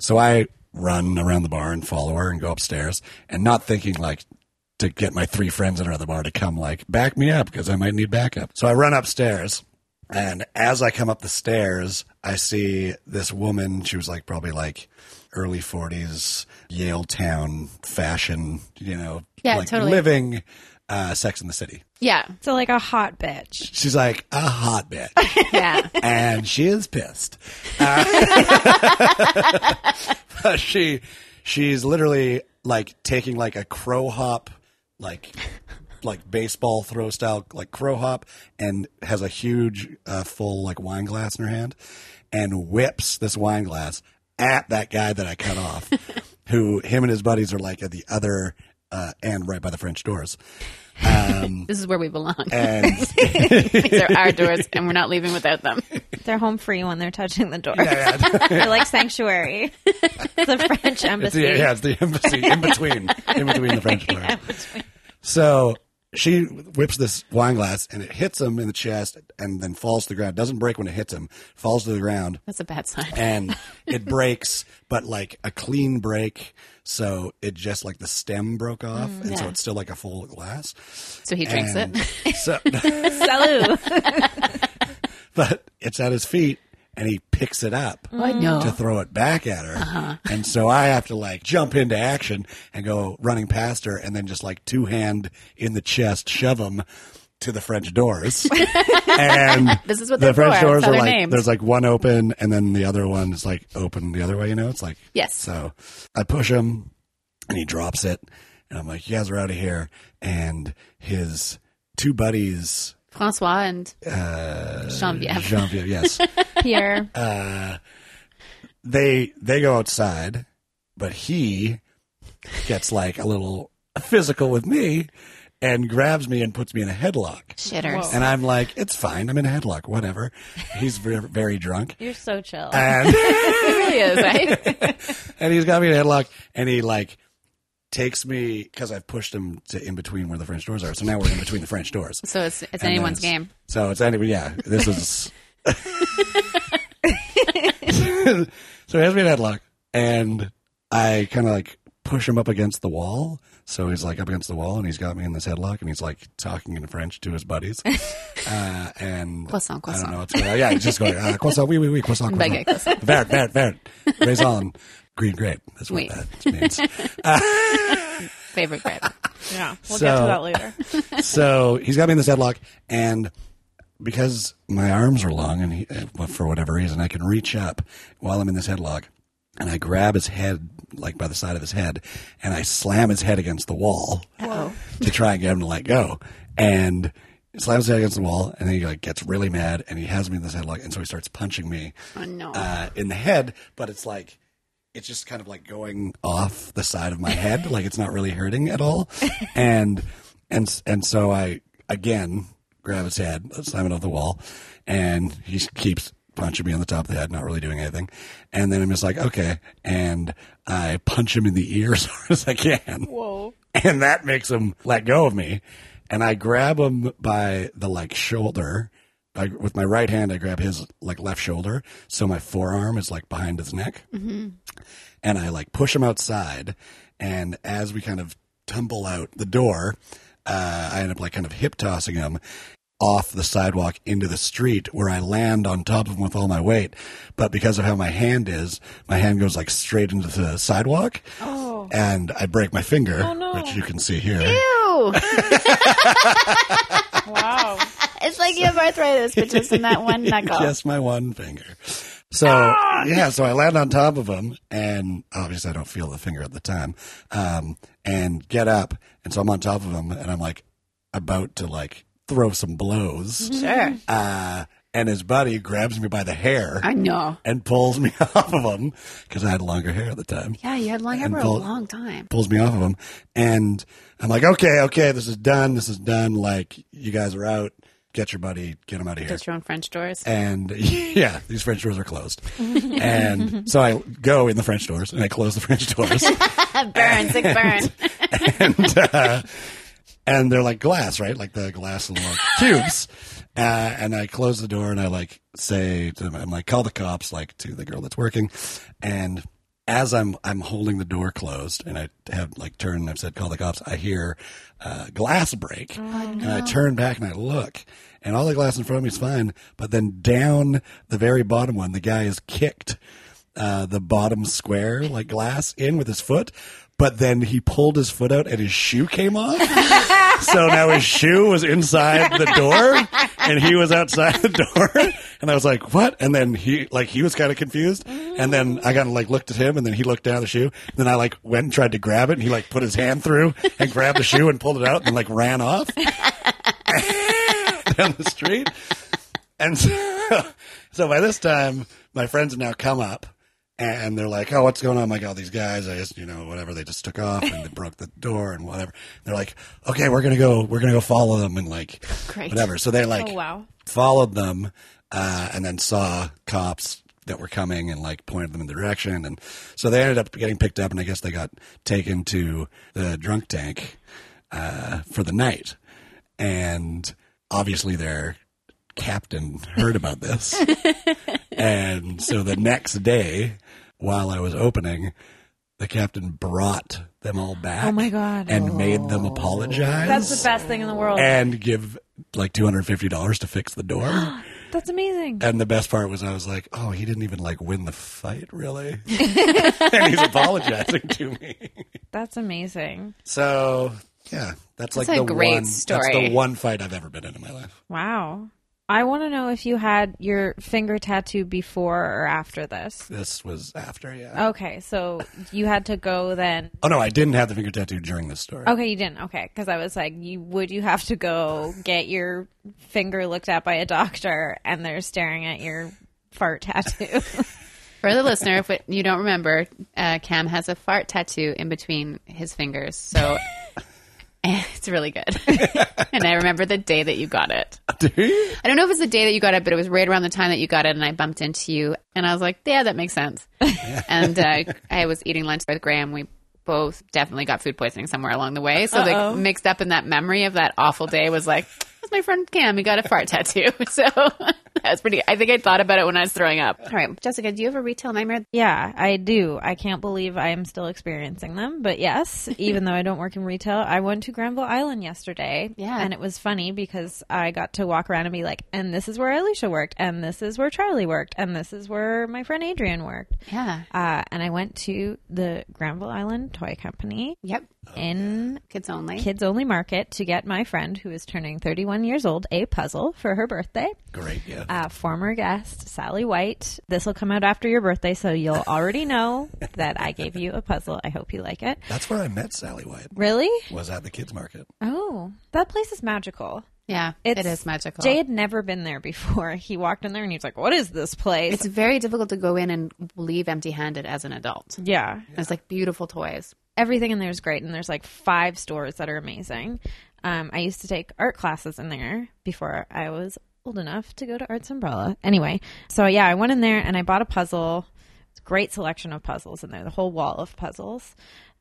Speaker 3: So I run around the bar and follow her and go upstairs, and not thinking like to get my three friends at another bar to come like back me up because I might need backup. So I run upstairs. And as I come up the stairs, I see this woman. She was like probably like early 40s, Yale town fashion, you know,
Speaker 1: Yeah,
Speaker 3: like
Speaker 1: totally.
Speaker 3: living uh, Sex in the City.
Speaker 1: Yeah.
Speaker 2: So like a hot bitch.
Speaker 3: She's like a hot bit.
Speaker 1: *laughs* Yeah.
Speaker 3: and she is pissed. Uh, *laughs* but she she's literally like taking like a crow hop, like like baseball throw style, like crow hop, and has a huge uh, full like wine glass in her hand, and whips this wine glass at that guy that I cut off, who him and his buddies are like at the other uh, end, right by the French doors. Um,
Speaker 1: This is where we belong.
Speaker 3: and *laughs*
Speaker 1: These are our doors and we're not leaving without them.
Speaker 2: They're home free when they're touching the door.
Speaker 3: yeah,
Speaker 2: *laughs*
Speaker 3: yeah.
Speaker 2: They're like sanctuary. the French
Speaker 3: It's
Speaker 2: embassy.
Speaker 3: the, yeah, it's the embassy in between, in between the
Speaker 1: *laughs*
Speaker 3: French part. So she whips this wine glass and it hits him in the chest and then falls to the ground. Doesn't break when it hits him, falls to the ground
Speaker 1: That's a bad sign.
Speaker 3: and
Speaker 1: *laughs*
Speaker 3: it breaks, but like a clean break. So it just like the stem broke off and so
Speaker 1: Mm, yeah.
Speaker 3: it's still like a full glass.
Speaker 1: So he drinks
Speaker 3: and
Speaker 1: *laughs* it.
Speaker 3: So, *laughs*
Speaker 2: Salut.
Speaker 3: but it's at his feet and he picks it up.
Speaker 1: no.
Speaker 3: to throw it back at her.
Speaker 1: Uh-huh.
Speaker 3: And so I have to like jump into action and go running past her and then just like two hand in the chest shove him to the French
Speaker 1: *laughs*
Speaker 3: doors. and
Speaker 1: This is what
Speaker 3: the
Speaker 1: they're
Speaker 3: French
Speaker 1: for.
Speaker 3: doors
Speaker 1: That's how they're
Speaker 3: are like
Speaker 1: named.
Speaker 3: there's like one open and then the other one is like open the other way, you know? It's like
Speaker 1: Yes.
Speaker 3: So I push him and he drops it and I'm like, You guys are out of here and his two buddies
Speaker 1: Francois and *laughs*
Speaker 3: uh
Speaker 1: Jean-Pierre.
Speaker 3: Jean-Pierre, yes.
Speaker 2: Pierre.
Speaker 3: uh, they they go outside, but he gets like a little physical with me and grabs me and puts me in a headlock.
Speaker 1: shitters.
Speaker 3: And I'm like, it's fine. I'm in a headlock. Whatever. He's very, very drunk.
Speaker 2: You're so chill.
Speaker 3: And *laughs*
Speaker 1: It really is, eh? *laughs* right?
Speaker 3: and he's got me in a headlock and he like takes me because I've pushed him to in between where the French doors are. So now we're in between the French doors.
Speaker 1: So it's, it's
Speaker 3: And
Speaker 1: anyone's
Speaker 3: then
Speaker 1: game.
Speaker 3: it's- So it's any yeah.
Speaker 1: *laughs*
Speaker 3: This is so he has me in a headlock, and I kind of like push him up against the wall. So he's like up against the wall, and he's got me in this headlock, and he's like talking in French to
Speaker 1: *laughs*
Speaker 3: his buddies. Uh, and
Speaker 1: Croissant,
Speaker 3: I
Speaker 1: croissant.
Speaker 3: don't know what's going on. Yeah, he's just going uh, croissant, oui, oui, oui, croissant,
Speaker 1: Baguette,
Speaker 3: croissant, vert, vert, vert, raison, green grape. That's what
Speaker 1: Oui.
Speaker 3: that means.
Speaker 1: Favorite grip.
Speaker 2: yeah. We'll
Speaker 3: So-
Speaker 2: get to that later.
Speaker 3: so he's got me in this headlock, and because my arms are long, and he, uh, for whatever reason, I can reach up while I'm in this headlock, and I grab his head like by the side of his head, and I slam his head against the wall to try and get him to let go, and. he Slams his head against the wall, and then he like gets really mad, and he has me in this headlock, and so he starts punching me
Speaker 1: *laughs* Oh, no.
Speaker 3: uh, in the head, but it's like it's just kind of like going off the side of my head, like it's not really hurting at all. And and and so I again grab his head, slam it off the wall, and he keeps punching me on the top of the head, not really doing anything. And then I'm just like, okay, and I punch him in the ear *laughs* as hard as I can *laughs* and that makes him let go of me. And I grab him by the like shoulder. I, with my right hand, I grab his like left shoulder, so my forearm is like behind his neck, and I like push him outside. And as we kind of tumble out the door, uh, I end up like kind of hip tossing him off the sidewalk into the street, where I land on top of him with all my weight. But because of how my hand is, my hand goes like straight into the sidewalk,
Speaker 2: Oh,
Speaker 3: and I break my finger,
Speaker 4: Oh,
Speaker 3: which you can see here.
Speaker 1: Ew.
Speaker 4: *laughs* Wow. it's like you have arthritis, but just in that
Speaker 3: *laughs*
Speaker 4: one knuckle.
Speaker 3: Just my one finger. So
Speaker 4: Ah!
Speaker 3: yeah, so I land on top of him, and obviously I don't feel the finger at the time, um, and get up, and so I'm on top of him, and I'm like about to like throw some blows,
Speaker 4: *laughs* Sure.
Speaker 3: uh, and his buddy grabs me by the hair
Speaker 1: I know.
Speaker 3: and pulls me *laughs* off of him because I had longer hair at the time.
Speaker 1: Yeah, you had long hair
Speaker 3: And
Speaker 1: for a
Speaker 3: pull-
Speaker 1: long time.
Speaker 3: pulls me off of him and i'm like okay okay this is done this is done like you guys are out get your buddy get him out of here
Speaker 1: Just your own French doors.
Speaker 3: and *laughs* yeah these french doors are closed and so i go in the french doors and i close the french doors
Speaker 4: burn, sick burn.
Speaker 3: *laughs* and uh, and they're like glass, right? Like the glass little cubes. Uh, and I close the door and I like say to them, I'm like call the cops, like to the girl that's working, and as I'm I'm holding the door closed and I have like turned and I've said call the cops, I hear uh, glass break and I turn back and I look. And all the glass in front of me is fine, but then down the very bottom one, the guy is kicked uh, the bottom square, like glass, in with his foot. But then he pulled his foot out and his shoe came off. so now his shoe was inside the door and he was outside the door. And I was like, what? And then he, like, he was kind of confused. And then I kind of like looked at him and then he looked down at the shoe. And then I like went and tried to grab it and he like put his hand through and grabbed the shoe and pulled it out and like ran off *laughs* down the street. And so, so by this time, my friends have now come up and they're like, oh, what's going on? I'm like, oh, these guys, I just, you know, whatever, they just took off and they broke the door and whatever. They're like, okay, we're going to go, we're going to go follow them and like,
Speaker 1: Great.
Speaker 3: whatever. So they like
Speaker 4: Oh, wow.
Speaker 3: followed them uh, and then saw cops that were coming and like pointed them in the direction. And so they ended up getting picked up and I guess they got taken to the drunk tank uh, for the night. And obviously their captain heard
Speaker 2: *laughs*
Speaker 3: about this. and so the next day, while I was opening, the captain brought them all back.
Speaker 2: Oh my God.
Speaker 3: And made them apologize
Speaker 2: That's the best thing in the world.
Speaker 3: and give like two hundred fifty dollars to fix
Speaker 1: *gasps*
Speaker 3: the door.
Speaker 2: That's amazing.
Speaker 3: and the best part was, I was like, "Oh, he didn't even like win the fight,
Speaker 1: *laughs*
Speaker 3: really," and he's apologizing to me.
Speaker 2: That's amazing.
Speaker 3: So yeah, that's, like
Speaker 1: a
Speaker 3: the
Speaker 1: great
Speaker 3: one, That's
Speaker 1: story.
Speaker 3: the one fight I've ever been in in my life.
Speaker 2: Wow. I want to know if you had your finger tattoo before or after this.
Speaker 3: This was after, yeah.
Speaker 1: Oh.
Speaker 2: Okay, so you had to go then.
Speaker 3: Oh no, I didn't have the finger tattoo during this story.
Speaker 2: Okay, you didn't. Okay, because I was like, you would you have to go get your finger looked at by a doctor and they're staring at your fart
Speaker 1: *laughs*
Speaker 2: tattoo? *laughs*
Speaker 1: For the listener, if it, you don't remember, uh, Cam has a fart tattoo in between his fingers.
Speaker 3: *laughs*
Speaker 1: So *laughs* it's really good. *laughs* and I remember the day that you got it. I don't know if it's the day that you got it, but it was right around the time that you got it. And I bumped into you and I was like, yeah, that makes *laughs* sense. and uh, I was eating lunch with Graham. We both definitely got food poisoning somewhere along the way. So, like, mixed up in that memory of that awful day was like, that's my friend Cam. He got a fart tattoo. *laughs* So. That's pretty. I think I thought about it when I was throwing up. All right, Jessica, do you have a retail nightmare
Speaker 2: yeah, I do. I can't believe I am still experiencing them, but yes, even though I don't work in retail, I went to Granville Island yesterday.
Speaker 1: Yeah.
Speaker 2: and it was funny because I got to walk around and be like, and this is where Alicia worked, and this is where Charlie worked, and this is where my friend Adrian worked.
Speaker 1: Yeah.
Speaker 2: Uh, and I went to the Granville Island Toy Company
Speaker 1: Yep.
Speaker 2: in
Speaker 1: Kids only.
Speaker 2: Kids Only Market to get my friend who is turning 31 21 years old a puzzle for her birthday.
Speaker 3: *laughs* Great gift.
Speaker 2: Uh, former guest Sally White. This will come out after your birthday, so you'll
Speaker 1: *laughs*
Speaker 2: already know that I gave you a puzzle. I hope you like it.
Speaker 3: That's where I met Sally White.
Speaker 2: Really?
Speaker 3: Was at the kids market.
Speaker 2: Oh, that place is magical.
Speaker 1: Yeah,
Speaker 2: It's,
Speaker 1: it is magical.
Speaker 2: Jay had never been there before. He walked in there and he was like, "What is this place?"
Speaker 1: it's very difficult to go in and leave empty-handed as an adult.
Speaker 2: yeah,
Speaker 1: It's like beautiful toys.
Speaker 2: everything in there is great, and there's like five stores that are amazing. Um, I used to take art classes in there before I was old enough to go to Arts Umbrella. Anyway, so yeah, I went in there and I bought a puzzle. It's a great selection of puzzles in there, the whole wall of puzzles.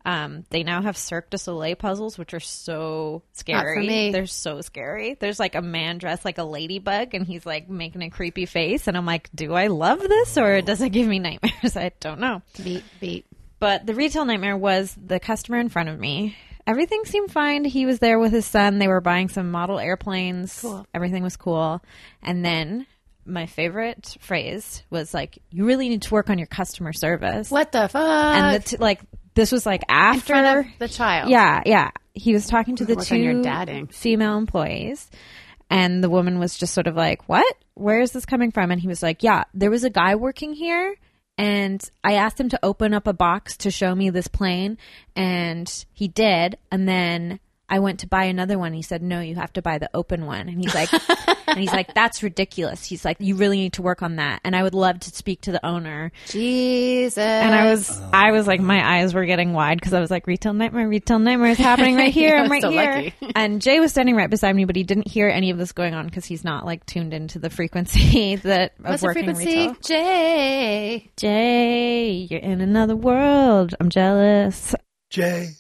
Speaker 2: Um, they now have Cirque du Soleil puzzles, which are so scary.
Speaker 1: me.
Speaker 2: They're so scary. There's like a man dressed like a ladybug, and he's like making a creepy face, and I'm like, do I love this or does it give me nightmares? *laughs* I don't know.
Speaker 1: Beat, beat.
Speaker 2: But the retail nightmare was the customer in front of me. Everything seemed fine. He was there with his son. They were buying some model airplanes. Everything was cool. And then my favorite phrase was like, "You really need to work on your customer service."
Speaker 1: What the fuck?
Speaker 2: And the t- like, this was like after
Speaker 1: front of the child.
Speaker 2: Yeah, yeah. He was talking to the
Speaker 1: Work
Speaker 2: two
Speaker 1: on your dadding.
Speaker 2: female employees, and the woman was just sort of like, "What? Where is this coming from?" And he was like, "Yeah, there was a guy working here." And I asked him to open up a box to show me this plane, and he did. And then I went to buy another one. He said, "No, you have to buy the open one." And he's like,
Speaker 1: *laughs*
Speaker 2: "And he's like, that's ridiculous." He's like, "You really need to work on that." And I would love to speak to the owner.
Speaker 1: Jesus.
Speaker 2: And I was, I was like, my eyes were getting wide because I was like, retail nightmare, retail nightmare is
Speaker 1: *laughs*
Speaker 2: happening right here. I'm
Speaker 1: You're
Speaker 2: right
Speaker 1: so
Speaker 2: here.
Speaker 1: lucky.
Speaker 2: and Jay was standing right beside me, but he didn't hear any of this going on because he's not like tuned into the frequency *laughs* that of
Speaker 1: What's the
Speaker 2: working
Speaker 1: frequency?
Speaker 2: retail.
Speaker 1: Jay.
Speaker 2: Jay, you're in another world. I'm jealous.
Speaker 3: Jay.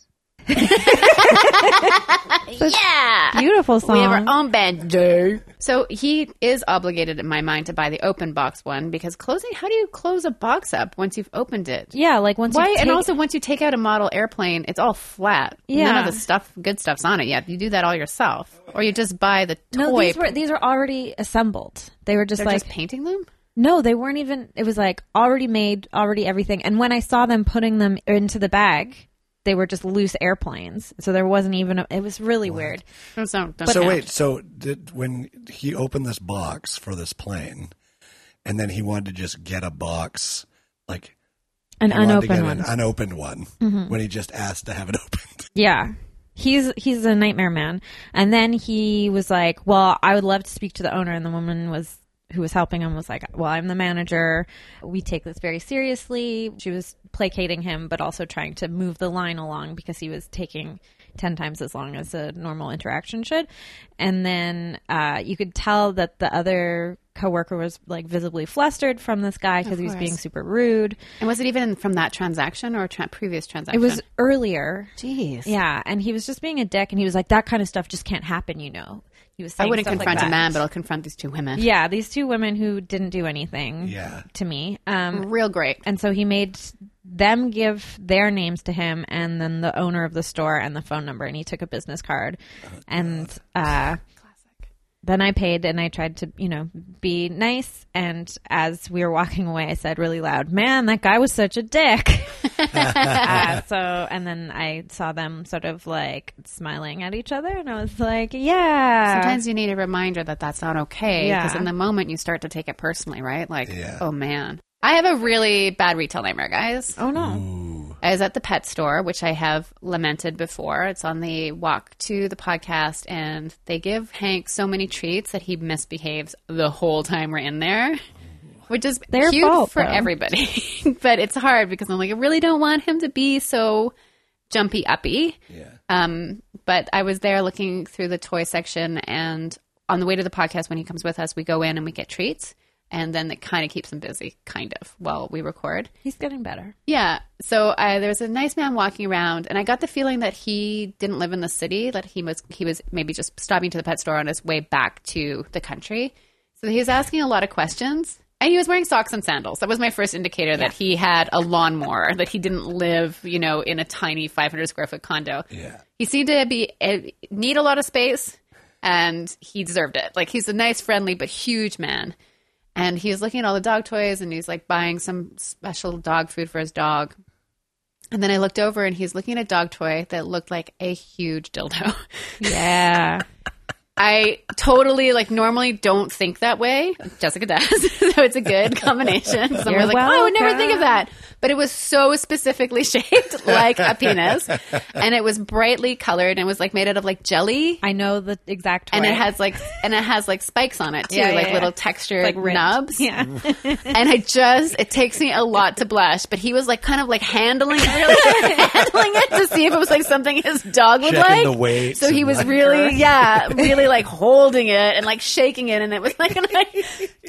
Speaker 4: yeah.
Speaker 2: Beautiful song.
Speaker 1: Ah, We have our own band, Jay. So he is obligated, in my mind, to buy the open box one because closing. How do you close a box up once you've opened it?
Speaker 2: yeah, like once
Speaker 1: Why?
Speaker 2: you
Speaker 1: and
Speaker 2: take-
Speaker 1: also, once you take out a model airplane, it's all flat.
Speaker 2: Yeah.
Speaker 1: None of the stuff, good stuff's on it yet. You do that all yourself, or you just buy the toy.
Speaker 2: no, these were these are already assembled. They were just
Speaker 1: They're
Speaker 2: like
Speaker 1: just painting them.
Speaker 2: No, they weren't even. It was like already made, already everything. And when I saw them putting them into the bag, they were just loose airplanes. So there wasn't even. A, it was really weird.
Speaker 1: Don't, don't, don't
Speaker 3: So
Speaker 1: count.
Speaker 3: wait, so did when he opened this box for this plane, and then he wanted to just get a box like
Speaker 2: An
Speaker 3: he wanted to get
Speaker 2: unopened one.
Speaker 3: an unopened one
Speaker 1: Mm-hmm.
Speaker 3: when he just asked to have it *laughs* opened.
Speaker 2: yeah. He's he's a nightmare man. And then he was like, "Well, I would love to speak to the owner." And the woman was who was helping him was like, "Well, I'm the manager. We take this very seriously." She was placating him but also trying to move the line along because he was taking 10 times as long as a normal interaction should. And then uh, you could tell that the other coworker was like visibly flustered from this guy because he was
Speaker 1: course.
Speaker 2: being super rude.
Speaker 1: And was it even from that transaction or a tra- previous
Speaker 2: It
Speaker 1: transaction?
Speaker 2: was earlier
Speaker 1: Jeez.
Speaker 2: yeah, and he was just being a dick, and he was like, "That kind of stuff just can't happen," you know. He was.
Speaker 1: I
Speaker 2: Saying
Speaker 1: wouldn't
Speaker 2: stuff like
Speaker 1: confront
Speaker 2: that.
Speaker 1: a man, but I'll confront these two women.
Speaker 2: Yeah, these two women who didn't do
Speaker 1: Mm-hmm.
Speaker 2: anything.
Speaker 3: Yeah.
Speaker 2: To me, um,
Speaker 1: Real great.
Speaker 2: and so he made them give their names to him, and then the owner of the store and the phone number, and he took a business card, and uh, then I paid, and I tried to, you know, be nice. And as we were walking away, I said really loud, "Man, that guy was such a dick." *laughs* uh, so and then I saw them sort of like smiling at each other, and I was like, "Yeah."
Speaker 1: Sometimes you need a reminder that that's not okay
Speaker 2: Yeah.
Speaker 1: because in the moment you start to take it personally, right? Like,
Speaker 3: Yeah.
Speaker 1: oh man. I have a really bad retail nightmare, guys.
Speaker 2: oh no,
Speaker 1: I was at the pet store, which I have lamented before. It's on the walk to the podcast, and they give Hank so many treats that he misbehaves the whole time we're in there, which is
Speaker 2: Their
Speaker 1: cute
Speaker 2: fault,
Speaker 1: for
Speaker 2: though.
Speaker 1: everybody. *laughs* but it's hard because I'm like, I really don't want him to be so jumpy uppy.
Speaker 3: Yeah.
Speaker 1: Um, but I was there looking through the toy section, and on the way to the podcast, when he comes with us, we go in and we get treats, and then it kind of keeps him busy, kind of, while we record.
Speaker 2: he's getting better.
Speaker 1: Yeah. So uh, there was a nice man walking around, and I got the feeling that he didn't live in the city. That he was he was maybe just stopping to the pet store on his way back to the country. So he was asking a lot of questions, and he was wearing socks and sandals. That was my first indicator that he had a lawnmower. That he didn't live, you know, in a tiny 500 square foot condo.
Speaker 3: Yeah.
Speaker 1: He seemed to be eh, need a lot of space, and he deserved it. Like he's a nice, friendly, but huge man. And he was looking at all the dog toys, and he's like buying some special dog food for his dog. And then I looked *laughs* over, and he's looking at a dog toy that looked like a huge dildo.
Speaker 2: Yeah,
Speaker 1: I totally like normally don't think that way. Jessica does, *laughs* so it's a good combination. So I'm
Speaker 2: You're
Speaker 1: like, oh, I would never
Speaker 2: welcome.
Speaker 1: think of that, but it was so specifically *laughs* shaped like a penis, and it was brightly colored and it was like made out of like jelly,
Speaker 2: I know the exact
Speaker 1: and it
Speaker 2: way.
Speaker 1: has like and it has like spikes on it too,
Speaker 2: Yeah, yeah,
Speaker 1: like
Speaker 2: yeah.
Speaker 1: little textured
Speaker 2: like ripped. *laughs*
Speaker 1: nubs
Speaker 2: Yeah.
Speaker 1: and I just it takes me a lot to blush, but he was like kind of like handling it, *laughs* really handling it to see if it was like something his dog would
Speaker 3: Checking
Speaker 1: like.
Speaker 3: the weights
Speaker 1: so he
Speaker 3: and,
Speaker 1: was
Speaker 3: like- *laughs*
Speaker 1: really, yeah, really like holding it and like shaking it, and it was like *laughs* and I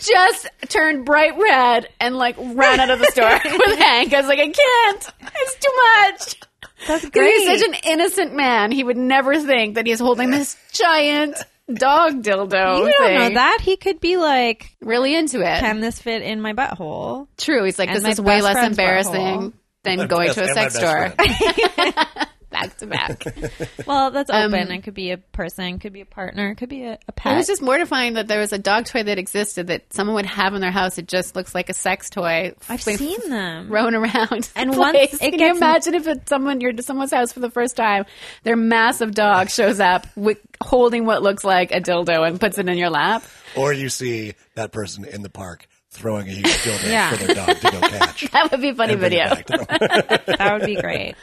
Speaker 1: just turned bright red and like ran out of the store *laughs* with Hank. I was like, I can't, it's too much.
Speaker 2: That's
Speaker 1: 'Cause
Speaker 2: great.
Speaker 1: He's such an innocent man. He would never think that he's holding this giant dog dildo.
Speaker 2: you don't know
Speaker 1: thing.
Speaker 2: that. He could be like,
Speaker 1: Really into it.
Speaker 2: can this fit in my butthole?
Speaker 1: True. He's like,
Speaker 2: And
Speaker 1: this
Speaker 2: my
Speaker 1: is way
Speaker 2: best
Speaker 1: less
Speaker 2: friend's
Speaker 1: embarrassing
Speaker 2: butthole.
Speaker 3: *laughs*
Speaker 1: than going
Speaker 3: best-
Speaker 1: to a
Speaker 3: and my
Speaker 1: sex
Speaker 3: best
Speaker 1: store.
Speaker 3: friend.
Speaker 1: *laughs* back to back. it
Speaker 2: Well, that's
Speaker 1: Um,
Speaker 2: open. it could be a person, could be a partner, could be a, a pet.
Speaker 1: was just mortifying that there was a dog toy that existed that someone would have in their house. It just looks like a sex toy.
Speaker 2: I've
Speaker 1: like,
Speaker 2: seen them.
Speaker 1: Thrown around,
Speaker 2: *laughs* And
Speaker 1: the
Speaker 2: once
Speaker 1: place.
Speaker 2: it
Speaker 1: can you
Speaker 2: gets-
Speaker 1: imagine if it's someone you're to someone's house for the first time, their massive dog shows up with, holding what looks like a dildo and puts it in your lap. *laughs*
Speaker 3: Or you see that person in the park throwing a
Speaker 1: *laughs*
Speaker 3: huge dildo
Speaker 2: Yeah.
Speaker 3: for their dog to go catch.
Speaker 1: That would be a funny
Speaker 3: and bring it
Speaker 1: video.
Speaker 3: back to them.
Speaker 2: That would
Speaker 1: *laughs*
Speaker 2: be great.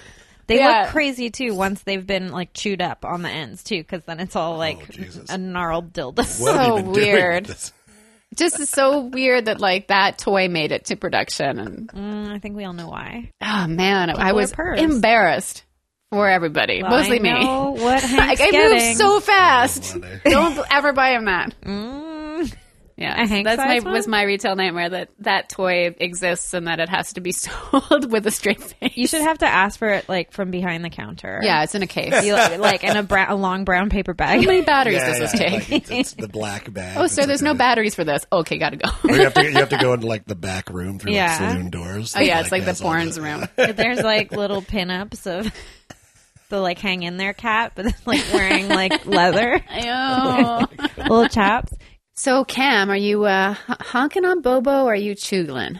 Speaker 2: They
Speaker 1: Yeah.
Speaker 2: look crazy too once they've been like chewed up on the ends too, because then it's all like
Speaker 3: Oh, Jesus.
Speaker 2: a gnarled dildo.
Speaker 1: *laughs* So
Speaker 3: What have you been doing with
Speaker 1: weird.
Speaker 3: this?
Speaker 1: Just is so weird that like that toy made it to production, and
Speaker 2: *laughs* Mm, I think we all know why.
Speaker 1: oh man, I
Speaker 2: are
Speaker 1: was
Speaker 2: pervs.
Speaker 1: embarrassed for everybody,
Speaker 2: Well,
Speaker 1: mostly
Speaker 2: I know
Speaker 1: me.
Speaker 2: What
Speaker 1: *laughs* Like
Speaker 2: Hank's
Speaker 1: I
Speaker 2: getting.
Speaker 1: move so fast.
Speaker 3: One day.
Speaker 1: Don't ever buy him that.
Speaker 2: Mm.
Speaker 1: Yeah,
Speaker 2: A Hank
Speaker 1: that's my
Speaker 2: size one?
Speaker 1: was my retail nightmare that that toy exists and that it has to be *laughs* sold with a straight face.
Speaker 2: You should have to ask for it like from behind the counter.
Speaker 1: yeah, Oh it's in a case.
Speaker 2: You, like in a, bra- a long brown paper
Speaker 1: *laughs* How
Speaker 2: bag.
Speaker 1: many batteries
Speaker 3: Yeah,
Speaker 1: does this
Speaker 3: yeah,
Speaker 1: take?
Speaker 3: like, it's, it's the black bag.
Speaker 1: oh,
Speaker 3: It's
Speaker 1: sir, there's
Speaker 3: like
Speaker 1: no
Speaker 3: a-
Speaker 1: batteries for this. Okay, gotta
Speaker 3: *laughs*
Speaker 1: go.
Speaker 3: Or you have to you have to go into like the back room through
Speaker 2: Yeah.
Speaker 3: like saloon doors.
Speaker 1: Oh yeah, it's like the
Speaker 3: has all
Speaker 1: porn's
Speaker 3: *laughs*
Speaker 1: room.
Speaker 2: There's like little pinups of the like hang in there cat, but it's, like wearing like leather
Speaker 3: *laughs*
Speaker 1: Oh.
Speaker 2: little chaps.
Speaker 1: so Cam, are you uh, h- honking on Bobo or are you chuglin?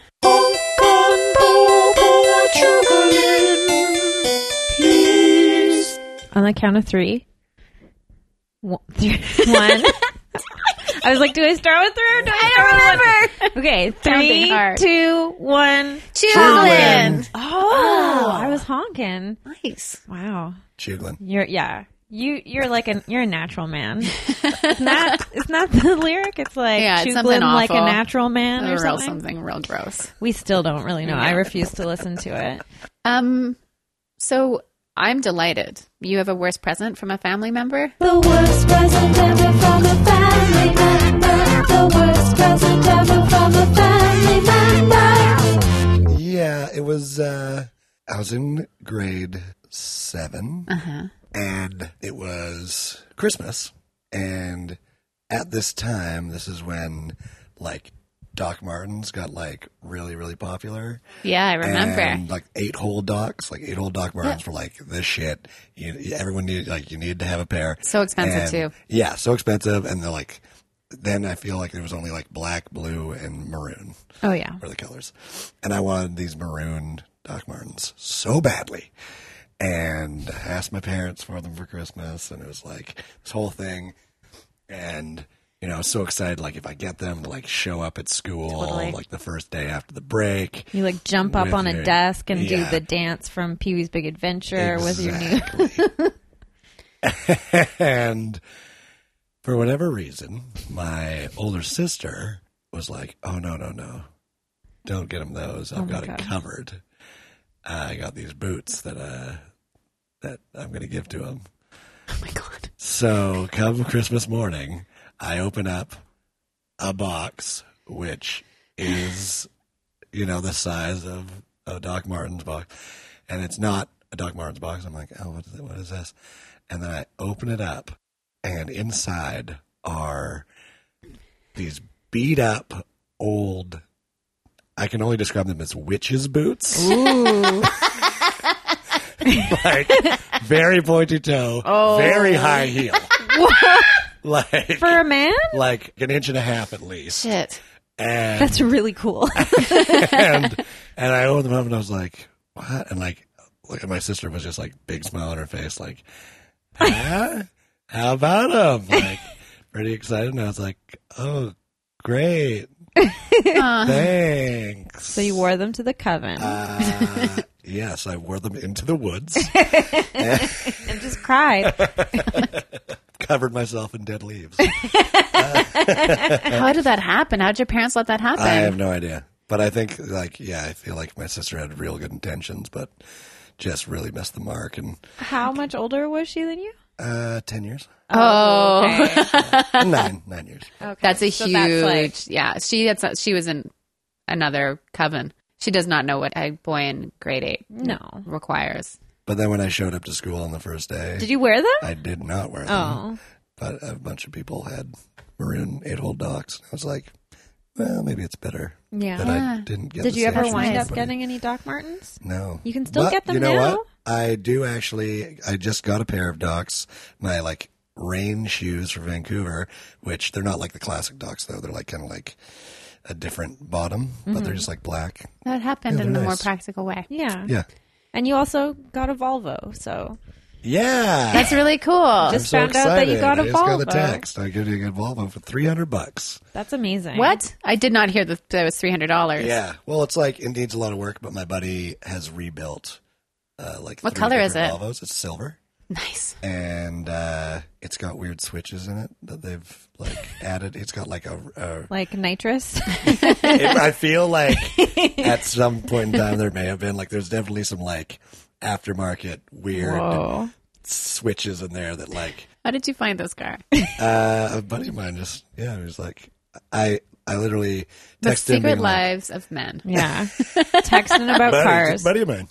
Speaker 2: On the count of three. One. Three, one. I was like, do I start with three or do I start with one? Okay,
Speaker 1: Pounding hard.
Speaker 2: three, two, one.
Speaker 1: Chuglin.
Speaker 2: Oh, I was honking.
Speaker 1: Nice.
Speaker 2: Wow.
Speaker 3: Chuglin.
Speaker 2: You're yeah. You you're like an you're a natural man. it's not it's not the lyric. It's like
Speaker 1: Yeah, it's
Speaker 2: chuglin
Speaker 1: something
Speaker 2: like a
Speaker 1: awful.
Speaker 2: natural man
Speaker 1: Or
Speaker 2: or something.
Speaker 1: something real gross.
Speaker 2: We still don't really know. I refuse to listen to it.
Speaker 1: Um, so I'm delighted. You have a worst present from a family member?
Speaker 5: The worst present ever from a family member. The worst present ever from a family member.
Speaker 3: Yeah, it was. uh I was in grade 7 and it was Christmas, and at this time, this is when like Doc Martens got like really really popular.
Speaker 1: Yeah, I
Speaker 3: And, like eight hole docs, like eight hole doc Martens for like this shit. You, you- everyone needed like you needed to have a pair.
Speaker 1: So expensive,
Speaker 3: And-
Speaker 1: too.
Speaker 3: Yeah, so expensive, and they're like. Then I feel like there was only like black, blue, and maroon
Speaker 2: *laughs* Oh yeah.
Speaker 3: were the colors, and I wanted these maroon Doc Martens so badly. And I asked my parents for them for Christmas, and it was like this whole thing. And you know, I was so excited, like if I get them to like show up at school, like the first day after the break,
Speaker 2: You like jump up
Speaker 3: With
Speaker 2: on
Speaker 3: your-
Speaker 2: a desk and do
Speaker 3: yeah.
Speaker 2: the dance from Pee Wee's Big Adventure with your new *laughs*
Speaker 3: *laughs* and for whatever reason, my older sister was like, "Oh no, no, no! Don't get him those.
Speaker 1: Oh
Speaker 3: I've
Speaker 2: my
Speaker 3: got
Speaker 2: God.
Speaker 3: it covered. I got these boots that uh that I'm going to give to him."
Speaker 1: oh my god.
Speaker 3: So come Christmas morning, I open up a box which is, you know, the size of a Doc Martens box, and it's not a Doc Martens box. I'm like, oh, what is, what is this? And then I open it up, and inside are these beat up old. I can only describe them as witches' boots. *laughs* like very pointy toe, very high
Speaker 2: *laughs*
Speaker 3: heel, like
Speaker 2: Oh. for a man?
Speaker 3: like an inch and a half at least.
Speaker 1: Shit.
Speaker 3: And
Speaker 2: That's really cool.
Speaker 3: and and I opened them up and I was like, what? And like, look at my sister was just like big smile on her face, like, huh? how about them? Like, pretty excited, and I was like, "Oh, great, thanks."
Speaker 2: *laughs* Uh-huh. So you wore them to the coven
Speaker 3: Uh, yes, I wore them into the
Speaker 2: *laughs*
Speaker 3: woods,
Speaker 2: and just cried.
Speaker 3: *laughs* covered myself in dead leaves.
Speaker 1: How did that happen? How did your parents let that happen?
Speaker 3: I have no idea, but I think, like, yeah, I feel like my sister had real good intentions, but just really missed the mark. And
Speaker 2: How much older was she than
Speaker 3: *laughs*
Speaker 2: you?
Speaker 3: uh,
Speaker 2: *laughs*
Speaker 3: ten years,
Speaker 1: oh,
Speaker 2: Okay.
Speaker 3: nine, nine years.
Speaker 2: Okay.
Speaker 1: that's a
Speaker 2: So
Speaker 1: huge.
Speaker 2: like-
Speaker 1: yeah, she that's she was in another coven. She does not know what a boy in grade eight
Speaker 2: *laughs* no.
Speaker 1: requires.
Speaker 3: But then when I showed up to school on the first day,
Speaker 2: Did you wear them?
Speaker 3: I did not wear them.
Speaker 2: Oh.
Speaker 3: But a bunch of people had maroon eight-hole docs. I was like, well, maybe it's better that
Speaker 2: Yeah.
Speaker 3: I didn't get.
Speaker 2: Did
Speaker 3: the
Speaker 2: you ever
Speaker 3: same
Speaker 2: wind
Speaker 3: as
Speaker 2: up
Speaker 3: everybody.
Speaker 2: getting any Doc Martens?
Speaker 3: No.
Speaker 2: You can still
Speaker 3: But
Speaker 2: get them
Speaker 3: you know
Speaker 2: now.
Speaker 3: What? I do actually. I just got a pair of Docs, my like rain shoes for Vancouver, which they're not like the classic Docs though. They're like kind of like a different bottom, but
Speaker 2: Mm-hmm.
Speaker 3: they're just like black.
Speaker 1: That happened
Speaker 3: Yeah,
Speaker 1: in the
Speaker 3: they're
Speaker 1: more
Speaker 3: nice.
Speaker 1: practical way.
Speaker 2: Yeah.
Speaker 3: Yeah.
Speaker 2: And you also got a Volvo, so
Speaker 3: Yeah.
Speaker 1: That's really cool.
Speaker 2: Just- found out that you got a
Speaker 3: I just got the
Speaker 2: Volvo.
Speaker 3: text. I got you a Volvo for three hundred bucks.
Speaker 2: that's amazing.
Speaker 1: what? I did not hear that that was three hundred dollars.
Speaker 3: Yeah. Well, it's like it needs a lot of work, but my buddy has rebuilt. Uh, like
Speaker 1: What
Speaker 3: three
Speaker 1: color is
Speaker 3: different
Speaker 1: it?
Speaker 3: Volvos. It's silver.
Speaker 1: Nice.
Speaker 3: and uh, it's got weird switches in it that they've like added. It's got like a. a
Speaker 2: Like
Speaker 3: *laughs*
Speaker 2: nitrous? *laughs*
Speaker 3: it, I feel like at some point in time there may have been like there's definitely some like aftermarket weird
Speaker 2: Whoa.
Speaker 3: switches in there that like
Speaker 1: How did you find this
Speaker 3: *laughs*
Speaker 1: car?
Speaker 3: uh, a buddy of mine just yeah he was like I I literally
Speaker 1: The
Speaker 3: texted him being
Speaker 1: Secret
Speaker 3: like,
Speaker 1: Lives of *laughs* Men.
Speaker 2: Yeah. Texting about
Speaker 3: buddy,
Speaker 2: cars.
Speaker 3: buddy of mine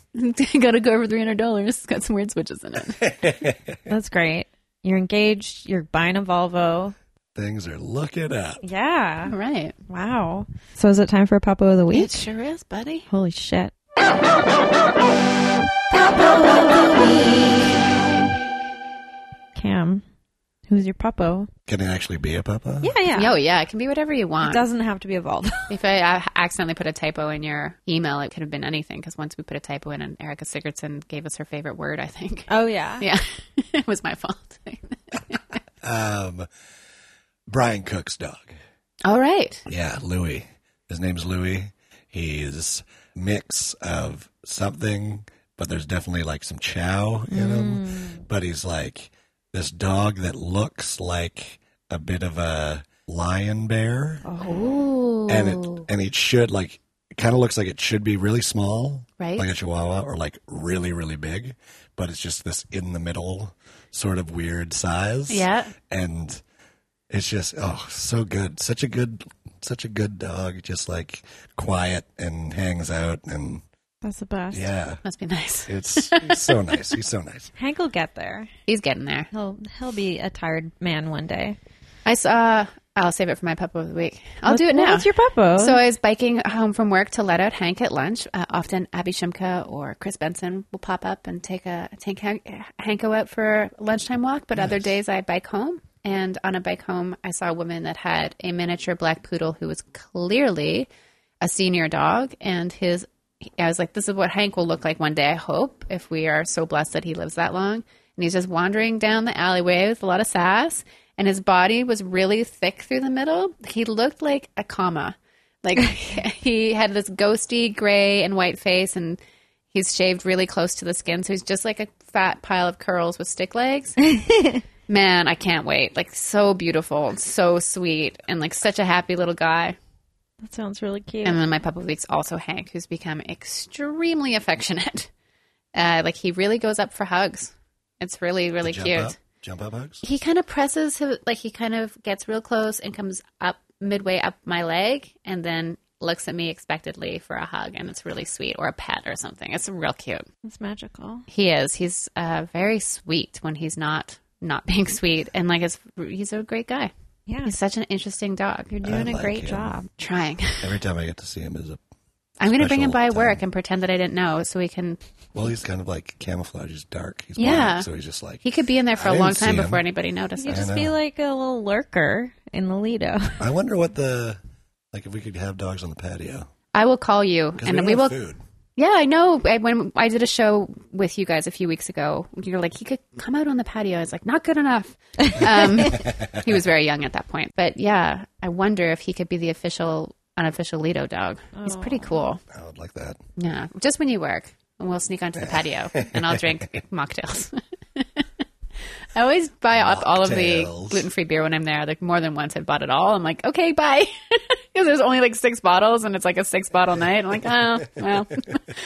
Speaker 1: Got to go over three hundred dollars. Got some weird switches in it.
Speaker 2: That's great. You're engaged, you're buying a Volvo.
Speaker 3: things are looking up
Speaker 2: Yeah.
Speaker 1: All *laughs* right.
Speaker 2: Wow. So is it time for Papa of the Week?
Speaker 1: sure is, buddy.
Speaker 2: Holy shit. Cam, who's your Papo?
Speaker 3: can it actually be a papa
Speaker 2: Yeah, yeah.
Speaker 1: Oh yeah, it can be whatever you want.
Speaker 2: It doesn't have to be
Speaker 1: *laughs*
Speaker 2: a Volvo.
Speaker 1: If I uh, accidentally put a typo in your email, it could have been anything. Because once we put a typo in, and Erica Sigurdson gave us her favorite word, I *laughs* think.
Speaker 2: Oh, yeah.
Speaker 1: Yeah, it was my fault. *laughs*
Speaker 3: um Brian Cook's dog
Speaker 1: All right.
Speaker 3: Yeah, Louis. His name's Louis. He's mix of something, but there's definitely like some chow in him. But he's like this dog that looks like a bit of a lion bear,
Speaker 1: Oh,
Speaker 3: and it and it should like it kind of looks like it should be really small,
Speaker 1: Right.
Speaker 3: Like a chihuahua, or like really really big, but it's just this in the middle sort of weird size
Speaker 1: yeah.
Speaker 3: and it's just oh so good such a good such a good dog just like quiet and hangs out and
Speaker 2: That's the best.
Speaker 3: yeah
Speaker 1: Must be nice.
Speaker 3: it's
Speaker 1: *laughs*
Speaker 3: so nice he's so nice
Speaker 2: Hank will get there.
Speaker 1: He's getting there.
Speaker 2: He'll he'll be a tired man one day.
Speaker 1: I saw. I'll save it for my pup of the week. I'll
Speaker 2: What-
Speaker 1: do it now.
Speaker 2: What's your Papo?
Speaker 1: So I was biking home from work to let out Hank at lunch. Uh, often Abby Shimka or Chris Benson will pop up and take a take Hank, Hanko out for a lunchtime walk. But other days I bike home, and on a bike home I saw a woman that had a miniature black poodle who was clearly a senior dog, and his. I was like, this is what Hank will look like one day. I hope if we are so blessed that he lives that long. And he's just wandering down the alleyway with a lot of sass, and his body was really thick through the middle. He looked like a comma. Like he had this ghosty gray and white face, and he's shaved really close to the skin, so he's just like a fat pile of curls with stick legs. Man, I can't wait! Like so beautiful, and so sweet, and like such a happy little guy.
Speaker 2: that sounds really cute.
Speaker 1: And then my pup of the week's also Hank, who's become extremely affectionate. *laughs* Uh, like he really goes up for hugs. It's really really
Speaker 3: jump
Speaker 1: cute
Speaker 3: up jump up hugs
Speaker 1: he kind of presses his like he kind of gets real close and comes up midway up my leg and then looks at me expectantly for a hug and it's really sweet or a pet or something it's real cute
Speaker 2: it's magical.
Speaker 1: he is he's uh, very sweet when he's not not *laughs* being sweet and like it's, he's a great guy
Speaker 2: Yeah.
Speaker 1: he's such an interesting dog
Speaker 2: You're
Speaker 1: you're
Speaker 2: doing a
Speaker 3: like
Speaker 2: great
Speaker 3: him.
Speaker 2: job.
Speaker 1: trying *laughs*
Speaker 3: every time i get to see him is a
Speaker 1: i'm going to bring him by
Speaker 3: Special
Speaker 1: work and pretend that i didn't know so we can
Speaker 3: well he's kind of like camouflage he's dark he's
Speaker 1: Yeah.
Speaker 3: black, so he's just like
Speaker 1: he could be in there for
Speaker 3: I
Speaker 1: a
Speaker 3: didn't
Speaker 1: long
Speaker 3: see
Speaker 1: time
Speaker 3: him.
Speaker 1: before anybody notices
Speaker 2: You
Speaker 3: I
Speaker 2: just be
Speaker 3: know.
Speaker 2: like a little lurker in the Lido. *laughs*
Speaker 3: i wonder what the like if we could have dogs on the patio
Speaker 1: i will call you
Speaker 3: because
Speaker 1: and
Speaker 3: we,
Speaker 1: we
Speaker 3: don't
Speaker 1: will
Speaker 3: have food
Speaker 1: Yeah, I know. I, when I did a show with you guys a few weeks ago, you're like, he could come out on the patio. I was like, not good enough. Um, he was very young at that point, but yeah, I wonder if he could be the official, unofficial Lido dog. He's pretty cool.
Speaker 3: I would like that. *laughs*
Speaker 1: Yeah, just when you work, and we'll sneak onto the patio, and I'll drink
Speaker 3: *laughs*
Speaker 1: mocktails. *laughs* I always buy up all of the
Speaker 3: Mocktails.
Speaker 1: gluten-free beer when I'm there. Like more than once, I bought it all. I'm like, okay, bye, *laughs* because there's only like six bottles, and it's like a six-bottle night. I'm like, oh well.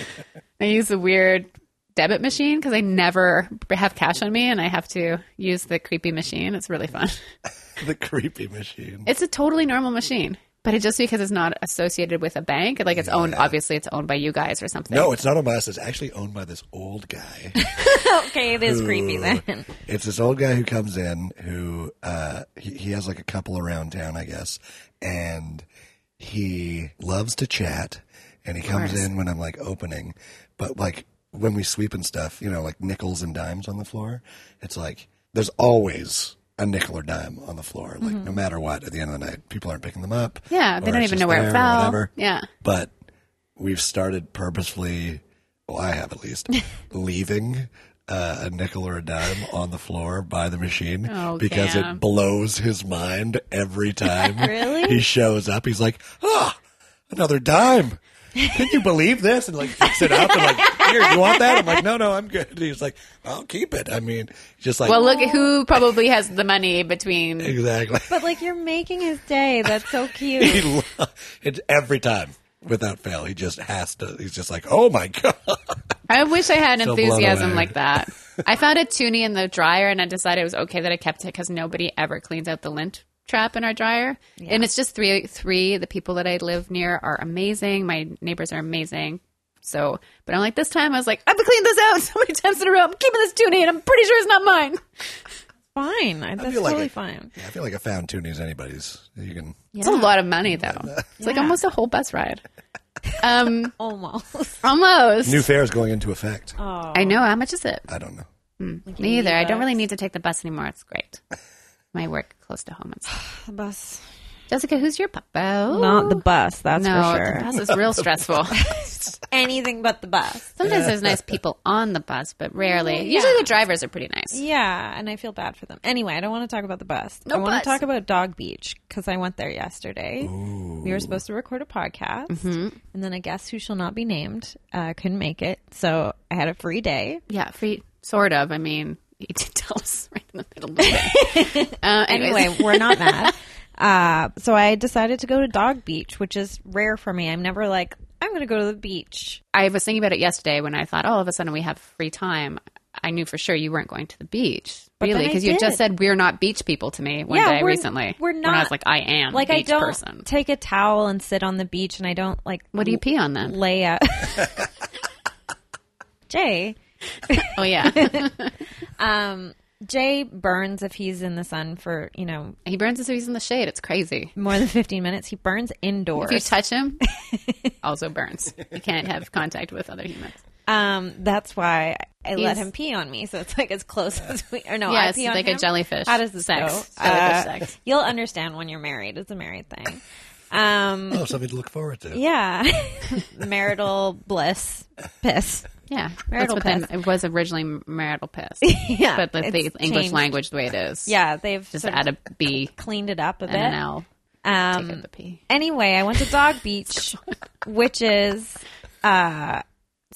Speaker 1: *laughs* I use the weird debit machine because I never have cash on me, and I have to use the creepy machine. It's really fun. *laughs*
Speaker 3: The creepy machine.
Speaker 1: It's a totally normal machine, but it just because it's not associated with a bank, like it's owned. Obviously, it's owned by you guys or something.
Speaker 3: No, it's not on my list. It's actually owned by this old guy.
Speaker 2: okay, it is
Speaker 1: *laughs*
Speaker 2: creepy then.
Speaker 3: It's this old guy who comes in who uh, he, he has like a couple around town, I guess, and he loves to chat. And he comes in when I'm like opening, but like when we sweep and stuff, you know, like nickels and dimes on the floor. It's like there's always a nickel or dime on the floor, like no matter what. At the end of the night, people aren't picking them up.
Speaker 1: Mm-hmm. Yeah, they
Speaker 3: or
Speaker 1: don't
Speaker 3: it's
Speaker 1: even
Speaker 3: just
Speaker 1: know where
Speaker 3: there
Speaker 1: it
Speaker 3: or
Speaker 1: fell.
Speaker 3: whatever.
Speaker 1: Yeah.
Speaker 3: but we've started purposefully well i have
Speaker 1: *laughs*
Speaker 3: at least leaving uh, a nickel or a dime on the floor by the machine
Speaker 1: Oh,
Speaker 3: because
Speaker 1: damn.
Speaker 3: it blows his mind
Speaker 1: *laughs*
Speaker 3: every time
Speaker 2: Really?
Speaker 3: he shows up he's like ah another dime can you believe this and like picks it up and like here you want that i'm like no no i'm good he's like i'll keep it i mean just like
Speaker 1: Well, look at who probably has the money between.
Speaker 3: *laughs* exactly *laughs*
Speaker 2: But like you're making his day. That's so
Speaker 3: he *laughs*
Speaker 2: cute.
Speaker 3: lo- it's every time without fail he just has to he's just like oh my *laughs* god
Speaker 1: I wish I had
Speaker 3: So blown
Speaker 1: enthusiasm
Speaker 3: away.
Speaker 1: like
Speaker 3: *laughs*
Speaker 1: that. I found a toonie in the dryer, and I decided it was okay that I kept it because nobody ever cleans out the lint trap in our dryer. And it's just three. Three. The people that I live near are amazing. My neighbors are amazing. So, but I'm like this time. I was like, I have to clean this out *laughs* so many times in a row. I'm keeping this toonie, and I'm pretty sure it's not mine.
Speaker 2: fine. That's
Speaker 3: feel like
Speaker 2: totally
Speaker 3: it-
Speaker 2: fine.
Speaker 3: Yeah, I feel like a found toonie is anybody's. You can.
Speaker 1: It's a lot of money, though. It's like
Speaker 2: Yeah.
Speaker 1: almost a whole bus ride. Um,
Speaker 2: Almost.
Speaker 1: almost.
Speaker 3: New fare is going into effect.
Speaker 2: *laughs* Oh,
Speaker 1: I know. How much is it?
Speaker 3: I don't know.
Speaker 1: Me either. I don't really need to take the bus anymore. It's great. My work close to home. and stuff.
Speaker 2: the bus.
Speaker 1: *sighs* Jessica, who's your puppo?
Speaker 2: Not the bus. That's
Speaker 1: no,
Speaker 2: for sure.
Speaker 1: the bus
Speaker 2: *laughs*
Speaker 1: is real stressful.
Speaker 2: Anything but the bus.
Speaker 1: Sometimes there's nice people on the bus, but rarely. Usually the drivers are pretty nice.
Speaker 2: Yeah, and I feel bad for them. Anyway, I don't want to talk about the bus.
Speaker 1: No
Speaker 2: I want
Speaker 1: bus.
Speaker 2: to talk about Dog Beach because I went there yesterday. We were supposed to record a podcast, and then a guest who shall not be named uh, couldn't make it, so I had a free day.
Speaker 1: Yeah, free, sort of. I mean, *laughs* he did tell us right in the middle of the day.
Speaker 2: *laughs*
Speaker 1: uh, anyways.
Speaker 2: Anyway,
Speaker 1: *laughs*
Speaker 2: we're not mad. Uh, so I decided to go to Dog Beach, which is rare for me. I'm never like I'm going to go to the beach.
Speaker 1: I was thinking about it yesterday when I thought, oh, all of a sudden we have free time. I knew for sure you weren't going to the beach,
Speaker 2: But
Speaker 1: really,
Speaker 2: then I
Speaker 1: because you just
Speaker 2: did.
Speaker 1: said we're not beach people to me one
Speaker 2: Yeah,
Speaker 1: day
Speaker 2: we're-
Speaker 1: recently.
Speaker 2: we're
Speaker 1: When I was
Speaker 2: not-
Speaker 1: like, I am
Speaker 2: Like
Speaker 1: a
Speaker 2: I
Speaker 1: beach
Speaker 2: don't
Speaker 1: person.
Speaker 2: take a towel and sit on the beach, and I don't like
Speaker 1: What do you pee on then? *laughs*
Speaker 2: lay out. Jay,
Speaker 1: Oh
Speaker 2: *laughs*
Speaker 1: yeah,
Speaker 2: Um, Jay burns if he's in the sun for you know
Speaker 1: he burns his he's in the shade. It's crazy.
Speaker 2: more than fifteen minutes. He burns
Speaker 1: If you
Speaker 2: indoors.
Speaker 1: touch
Speaker 2: *laughs*
Speaker 1: him, also burns. You can't have contact with other humans.
Speaker 2: um, that's why I let
Speaker 1: He's-
Speaker 2: him pee on me. So it's like as close as we. Or no,
Speaker 1: Yeah,
Speaker 2: Oh, I
Speaker 1: it's
Speaker 2: pee on
Speaker 1: like a
Speaker 2: him.
Speaker 1: jellyfish
Speaker 2: How does this
Speaker 1: sex. Uh,
Speaker 2: go?
Speaker 1: Jellyfish *laughs* sex.
Speaker 2: You'll understand when you're married. It's a married thing. Um,
Speaker 3: Oh, something to look forward to.
Speaker 2: yeah, *laughs* marital bliss piss.
Speaker 1: Yeah,
Speaker 2: Marital
Speaker 1: that's what
Speaker 2: piss.
Speaker 1: They, it was originally marital piss,
Speaker 2: *laughs* Yeah,
Speaker 1: but the, the
Speaker 2: it's
Speaker 1: English
Speaker 2: changed.
Speaker 1: language the way it is,
Speaker 2: Yeah, they've
Speaker 1: just
Speaker 2: sort of
Speaker 1: add a B
Speaker 2: cleaned it up a bit.
Speaker 1: and an L.
Speaker 2: Um,
Speaker 1: Take out the P.
Speaker 2: anyway, I went to Dog
Speaker 1: *laughs*
Speaker 2: Beach, which is
Speaker 1: It's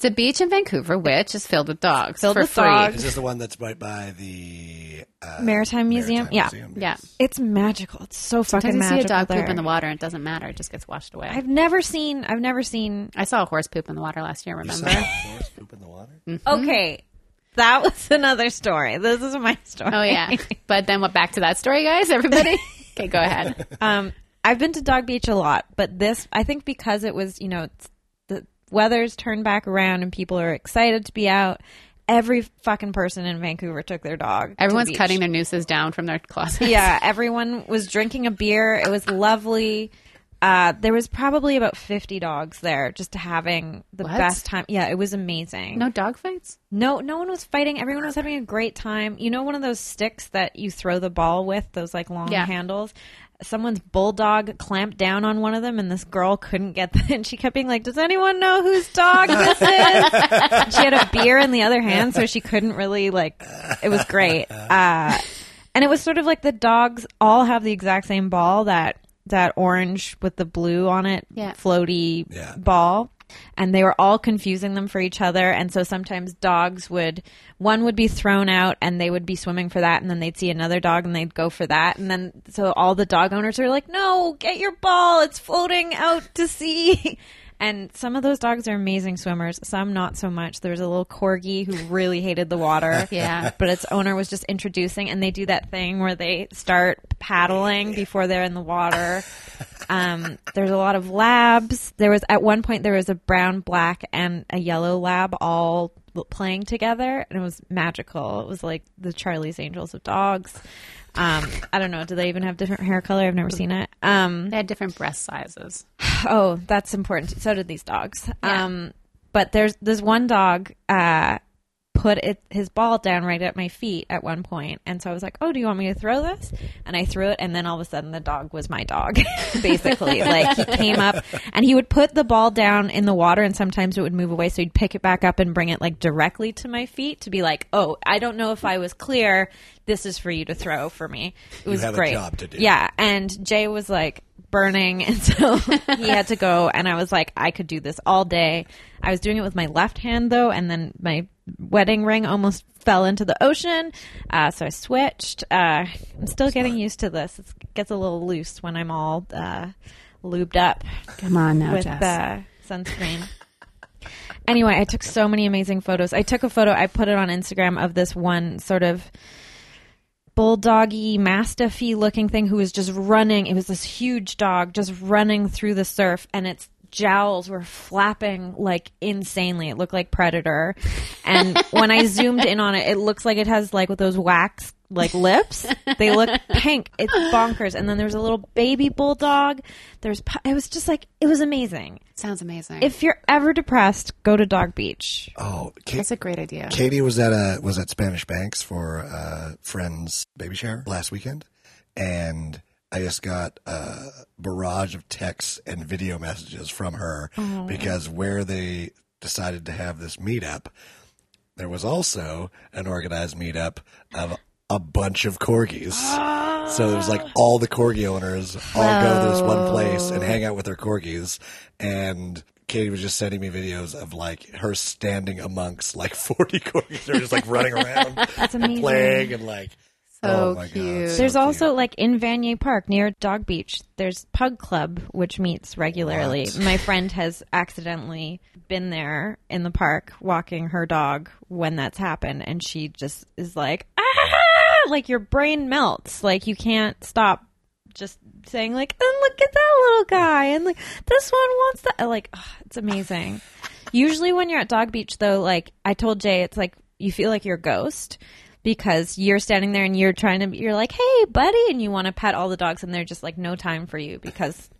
Speaker 1: a beach in Vancouver, which is filled with dogs
Speaker 2: Filled
Speaker 1: for
Speaker 2: with
Speaker 1: free.
Speaker 2: dogs.
Speaker 3: Is this the one that's right by the uh,
Speaker 2: Maritime Museum.
Speaker 3: Maritime
Speaker 2: yeah.
Speaker 1: Yeah.
Speaker 2: It's magical. It's so fucking
Speaker 1: Sometimes you see
Speaker 2: magical.
Speaker 1: a dog
Speaker 2: there.
Speaker 1: poop in the water, and it doesn't matter; it just gets washed away. i
Speaker 2: I've never seen. I've never seen.
Speaker 1: saw a horse poop in the water last year. Remember?
Speaker 3: Horse poop in the water.
Speaker 2: Mm.
Speaker 1: Mm-hmm.
Speaker 2: Okay, that was *laughs* another story. This is my story.
Speaker 1: oh *laughs* yeah. But then what? Back to that story, guys. *laughs* Everybody. okay, go ahead.
Speaker 2: Um, I've been to Dog Beach a lot, but this, I think, because it was, you know, it's, the weather's turned back around and people are excited to be out. Every fucking person in Vancouver took their dog. to
Speaker 1: Everyone's
Speaker 2: the beach. *laughs*
Speaker 1: cutting their nooses down from their closet.
Speaker 2: Yeah, everyone was drinking a beer. It was lovely. Uh, there was probably about 50 dogs there just having the
Speaker 1: What?
Speaker 2: best time. Yeah, it was amazing.
Speaker 1: No dog fights.
Speaker 2: No, no one was fighting. Everyone was having a great time. You know, one of those sticks that you throw the ball with, those like long
Speaker 1: Yeah.
Speaker 2: handles. someone's bulldog clamped down on one of them, and this girl couldn't get the. *laughs* And she kept being like, "Does anyone know whose dog this is?" And she had a beer in the other hand, so she couldn't really like. It was great, uh, and it was sort of like the dogs all have the exact same ball that that orange with the blue on it,
Speaker 1: Yeah.
Speaker 2: floaty
Speaker 3: Yeah.
Speaker 2: ball and they were all confusing them for each other and so sometimes dogs would one would be thrown out and they would be swimming for that and then they'd see another dog and they'd go for that and then so all the dog owners are like no get your ball it's floating out to sea *laughs* and some of those dogs are amazing swimmers some not so much there was a little corgi who really hated the water
Speaker 1: Yeah.
Speaker 2: but its owner was just introducing and they do that thing where they start paddling before they're in the water um, there's a lot of labs there was at one point there was a brown black and a yellow lab all l- playing together and it was magical it was like the charlie's angels of dogs um, i don't know do they even have different hair color i've never seen it um,
Speaker 1: They had different breast sizes.
Speaker 2: Oh, that's important. So did these dogs.
Speaker 1: Yeah.
Speaker 2: Um, but there's this one dog uh, put it, his ball down right at my feet at one point, and so I was like, "Oh, do you want me to throw this?" And I threw it, and then all of a sudden, the dog was my dog, *laughs* basically. like he came up, and he would put the ball down in the water, and sometimes it would move away, so he'd pick it back up and bring it like directly to my feet to be like, "Oh, I don't know if I was clear. This is for you to throw for me." It was
Speaker 3: have a
Speaker 2: great.
Speaker 3: job to do.
Speaker 2: Yeah, Uh, and Jay was like burning *laughs* and so he had to go and I was like I could do this all day. I was doing it with my left hand though and then my wedding ring almost fell into the ocean. Uh, so I switched. Uh, I'm still getting used to this. It gets a little loose when I'm all uh, lubed up
Speaker 1: Come on now,
Speaker 2: with uh, sunscreen. anyway, I took so many amazing photos. I took a photo, I put it on Instagram of this one sort of bulldoggy mastiffy looking thing who was just running. It was this huge dog just running through the surf and its jowls were flapping like insanely. It looked like Predator. And when I zoomed in on it, it looks like it has like with those wax like lips. They look pink. It's bonkers. And then there's a little baby bulldog. There's pu- it was just like it was amazing.
Speaker 1: Sounds amazing.
Speaker 2: If you're ever depressed, go to Dog Beach.
Speaker 3: Oh, Ka-
Speaker 1: That's a great idea.
Speaker 3: Katie was at a was at Spanish Banks for uh, friends baby shower last weekend, and I just got a barrage of texts and video messages from her because where they decided to have this meetup, there was also an organized meetup of a bunch of corgis. So it was like all the corgi owners all go to this one place and hang out with their corgis. And Katie was just sending me videos of like her standing amongst like *laughs* 40 corgis. They're just like running
Speaker 1: *laughs*
Speaker 3: around
Speaker 2: That's
Speaker 3: and
Speaker 2: amazing.
Speaker 3: playing and like,
Speaker 1: So
Speaker 3: oh my
Speaker 1: cute.
Speaker 3: God. so
Speaker 2: There's
Speaker 3: cute.
Speaker 2: also like in Vanier Park near Dog Beach, there's Pug Club, which meets regularly.
Speaker 3: What?
Speaker 2: My friend has accidentally been there in the park walking her dog when that's happened, and she just is like, ah! like your brain melts. Like you can't stop just saying like, and look at that little guy, and like this one wants that. Like ah, it's amazing. Usually when you're at Dog Beach though, like I told Jay, it's like you feel like you're a ghost because you're standing there and you're trying to you're like, "Hey, buddy," and you want to pet all the dogs and they're just like no time for you because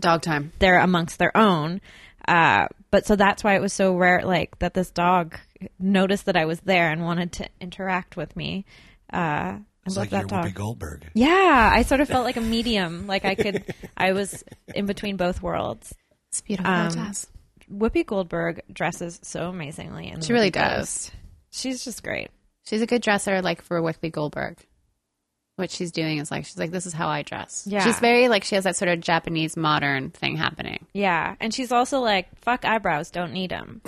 Speaker 1: Dog time.
Speaker 2: they're amongst their own. Uh, but so that's why it was so rare like that this dog noticed that I was there and wanted to interact with me. Uh I
Speaker 3: It's
Speaker 2: love
Speaker 3: like
Speaker 2: that
Speaker 3: your Whoopi
Speaker 2: dog.
Speaker 3: Goldberg.
Speaker 2: Yeah, I sort of felt like a medium. Like I
Speaker 3: *laughs*
Speaker 2: could, I was in between both worlds.
Speaker 1: It's beautiful,
Speaker 2: Um,
Speaker 1: Jess.
Speaker 2: Whoopi Goldberg dresses so amazingly, and
Speaker 1: She really does.
Speaker 2: She's just great.
Speaker 1: She's a good dresser, like for Whoopi Goldberg. What she's doing is like she's like, this is how I dress.
Speaker 2: Yeah.
Speaker 1: she's very like she has that sort of Japanese modern thing happening.
Speaker 2: Yeah, and she's also like, "Fuck eyebrows, don't need them."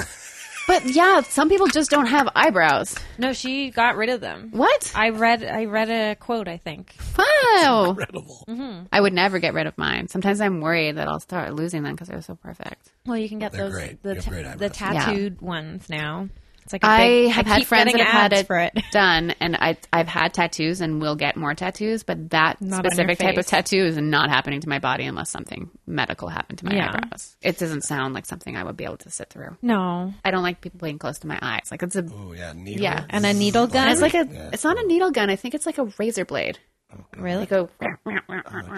Speaker 1: But yeah, some people just don't have eyebrows.
Speaker 2: No, she got rid of them.
Speaker 1: What?
Speaker 2: I read I read a quote, I think.
Speaker 1: Wow.
Speaker 3: Incredible.
Speaker 1: I would never get rid of mine. Sometimes I'm worried that I'll start losing them because they're so perfect.
Speaker 2: Well, you can get
Speaker 3: They're
Speaker 2: those
Speaker 3: great.
Speaker 2: the
Speaker 3: You have
Speaker 2: ta-
Speaker 3: great
Speaker 2: the
Speaker 3: eyebrows.
Speaker 1: Yeah.
Speaker 2: tattooed ones now. It's like a
Speaker 1: I
Speaker 2: big-
Speaker 1: have had
Speaker 2: keep
Speaker 1: friends
Speaker 2: getting
Speaker 1: that have had
Speaker 2: ads
Speaker 1: it, *laughs*
Speaker 2: for it. *laughs*
Speaker 1: done, and I, I've had tattoos and will get more tattoos, but that
Speaker 2: Not on your
Speaker 1: specific type of
Speaker 2: face.
Speaker 1: tattoo is not happening to my body unless something medical happened to my
Speaker 2: Yeah.
Speaker 1: eyebrows. It doesn't sound like something I would be able to sit through.
Speaker 2: No,
Speaker 1: I don't like people being close to my eyes. Like it's a,
Speaker 3: Oh, yeah. Needle.
Speaker 1: Yeah.
Speaker 2: and a needle gun.
Speaker 1: it's like a, it's not a needle gun. I think it's like a razor blade.
Speaker 2: really?
Speaker 1: Like a, *laughs*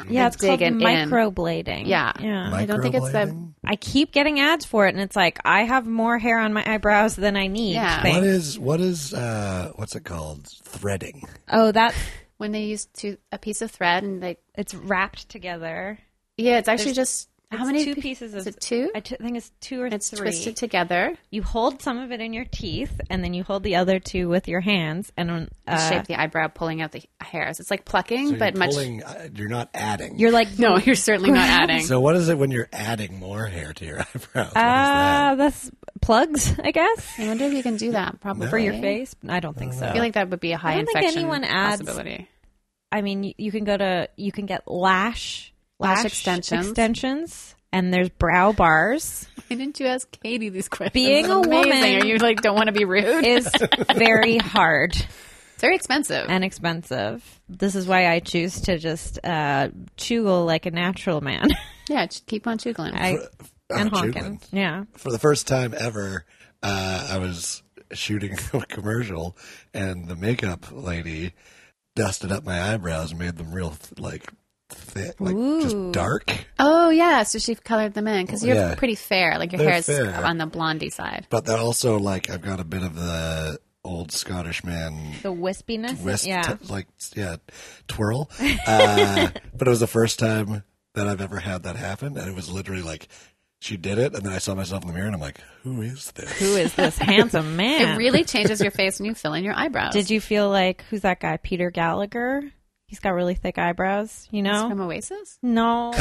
Speaker 2: yeah, it's called
Speaker 1: dig it in.
Speaker 2: microblading.
Speaker 1: Yeah.
Speaker 2: yeah.
Speaker 1: I don't think it's the.
Speaker 3: Microblading?
Speaker 2: I keep getting ads for it, and it's like I have more hair on my eyebrows than I need.
Speaker 1: Yeah.
Speaker 2: thing.
Speaker 3: What is, what is, uh, what's it called? Threading.
Speaker 2: Oh, that's
Speaker 1: when they use to a piece of thread and they
Speaker 2: It's wrapped together.
Speaker 1: yeah, it's actually just how
Speaker 2: It's
Speaker 1: many
Speaker 2: two
Speaker 1: pi-
Speaker 2: pieces of
Speaker 1: Is it two?
Speaker 2: I t- think it's two or
Speaker 1: It's
Speaker 2: three.
Speaker 1: twisted together.
Speaker 2: You hold some of it in your teeth, and then you hold the other two with your hands, and
Speaker 1: to
Speaker 2: uh,
Speaker 1: shape the eyebrow, pulling out the hairs. It's like plucking,
Speaker 3: So
Speaker 1: but
Speaker 3: you're
Speaker 1: much.
Speaker 3: pulling- uh, you're not adding.
Speaker 2: you're
Speaker 1: *laughs*
Speaker 2: like,
Speaker 1: no, you're certainly
Speaker 3: *laughs*
Speaker 1: not adding.
Speaker 3: so what is it when you're adding more hair to your *laughs* eyebrows? What is that?
Speaker 2: ah, that's plugs, I guess,
Speaker 1: I wonder if you can do that probably
Speaker 2: for your face. I don't think so.
Speaker 1: I feel like that would be a high
Speaker 2: don't think
Speaker 1: infection
Speaker 2: anyone adds
Speaker 1: *laughs* possibility.
Speaker 2: I mean, you, you can go to you can get lash
Speaker 1: Lash extensions.
Speaker 2: extensions, and there's brow bars.
Speaker 1: Why didn't you ask Katie these questions?
Speaker 2: Being
Speaker 1: That's
Speaker 2: a
Speaker 1: amazing.
Speaker 2: woman
Speaker 1: Are you like don't want to be rude?
Speaker 2: Is very hard
Speaker 1: it's very expensive.
Speaker 2: and expensive. This is why I choose to just uh, chuggle like a natural man. *laughs*
Speaker 1: yeah, just keep on chuggling.
Speaker 2: I,
Speaker 3: Oh,
Speaker 2: and honking.
Speaker 3: Jublin.
Speaker 2: Yeah.
Speaker 3: for the first time ever, uh, I was shooting *laughs* a commercial, and the makeup lady dusted up my eyebrows and made them real th- like thick, like
Speaker 2: Ooh.
Speaker 3: just dark.
Speaker 1: oh yeah, so she colored them in because you're
Speaker 3: Yeah.
Speaker 1: pretty fair. Like your
Speaker 3: They're
Speaker 1: hair's
Speaker 3: fair.
Speaker 1: on the blondie side.
Speaker 3: But they're also like I've got a bit of the old Scottish man
Speaker 2: The wispiness.
Speaker 3: wrist,
Speaker 2: yeah.
Speaker 3: t- like yeah, twirl.
Speaker 1: *laughs*
Speaker 3: Uh, but it was the first time that I've ever had that happen, and it was literally like she did it, and then I saw myself in the mirror, and I'm like, who
Speaker 1: *laughs*
Speaker 3: is this?
Speaker 2: Who is this handsome man?
Speaker 1: It really changes your face when you fill in your eyebrows.
Speaker 2: Did you feel like who's that guy? Peter Gallagher. He's got really thick eyebrows. You know.
Speaker 1: from Oasis?
Speaker 2: no.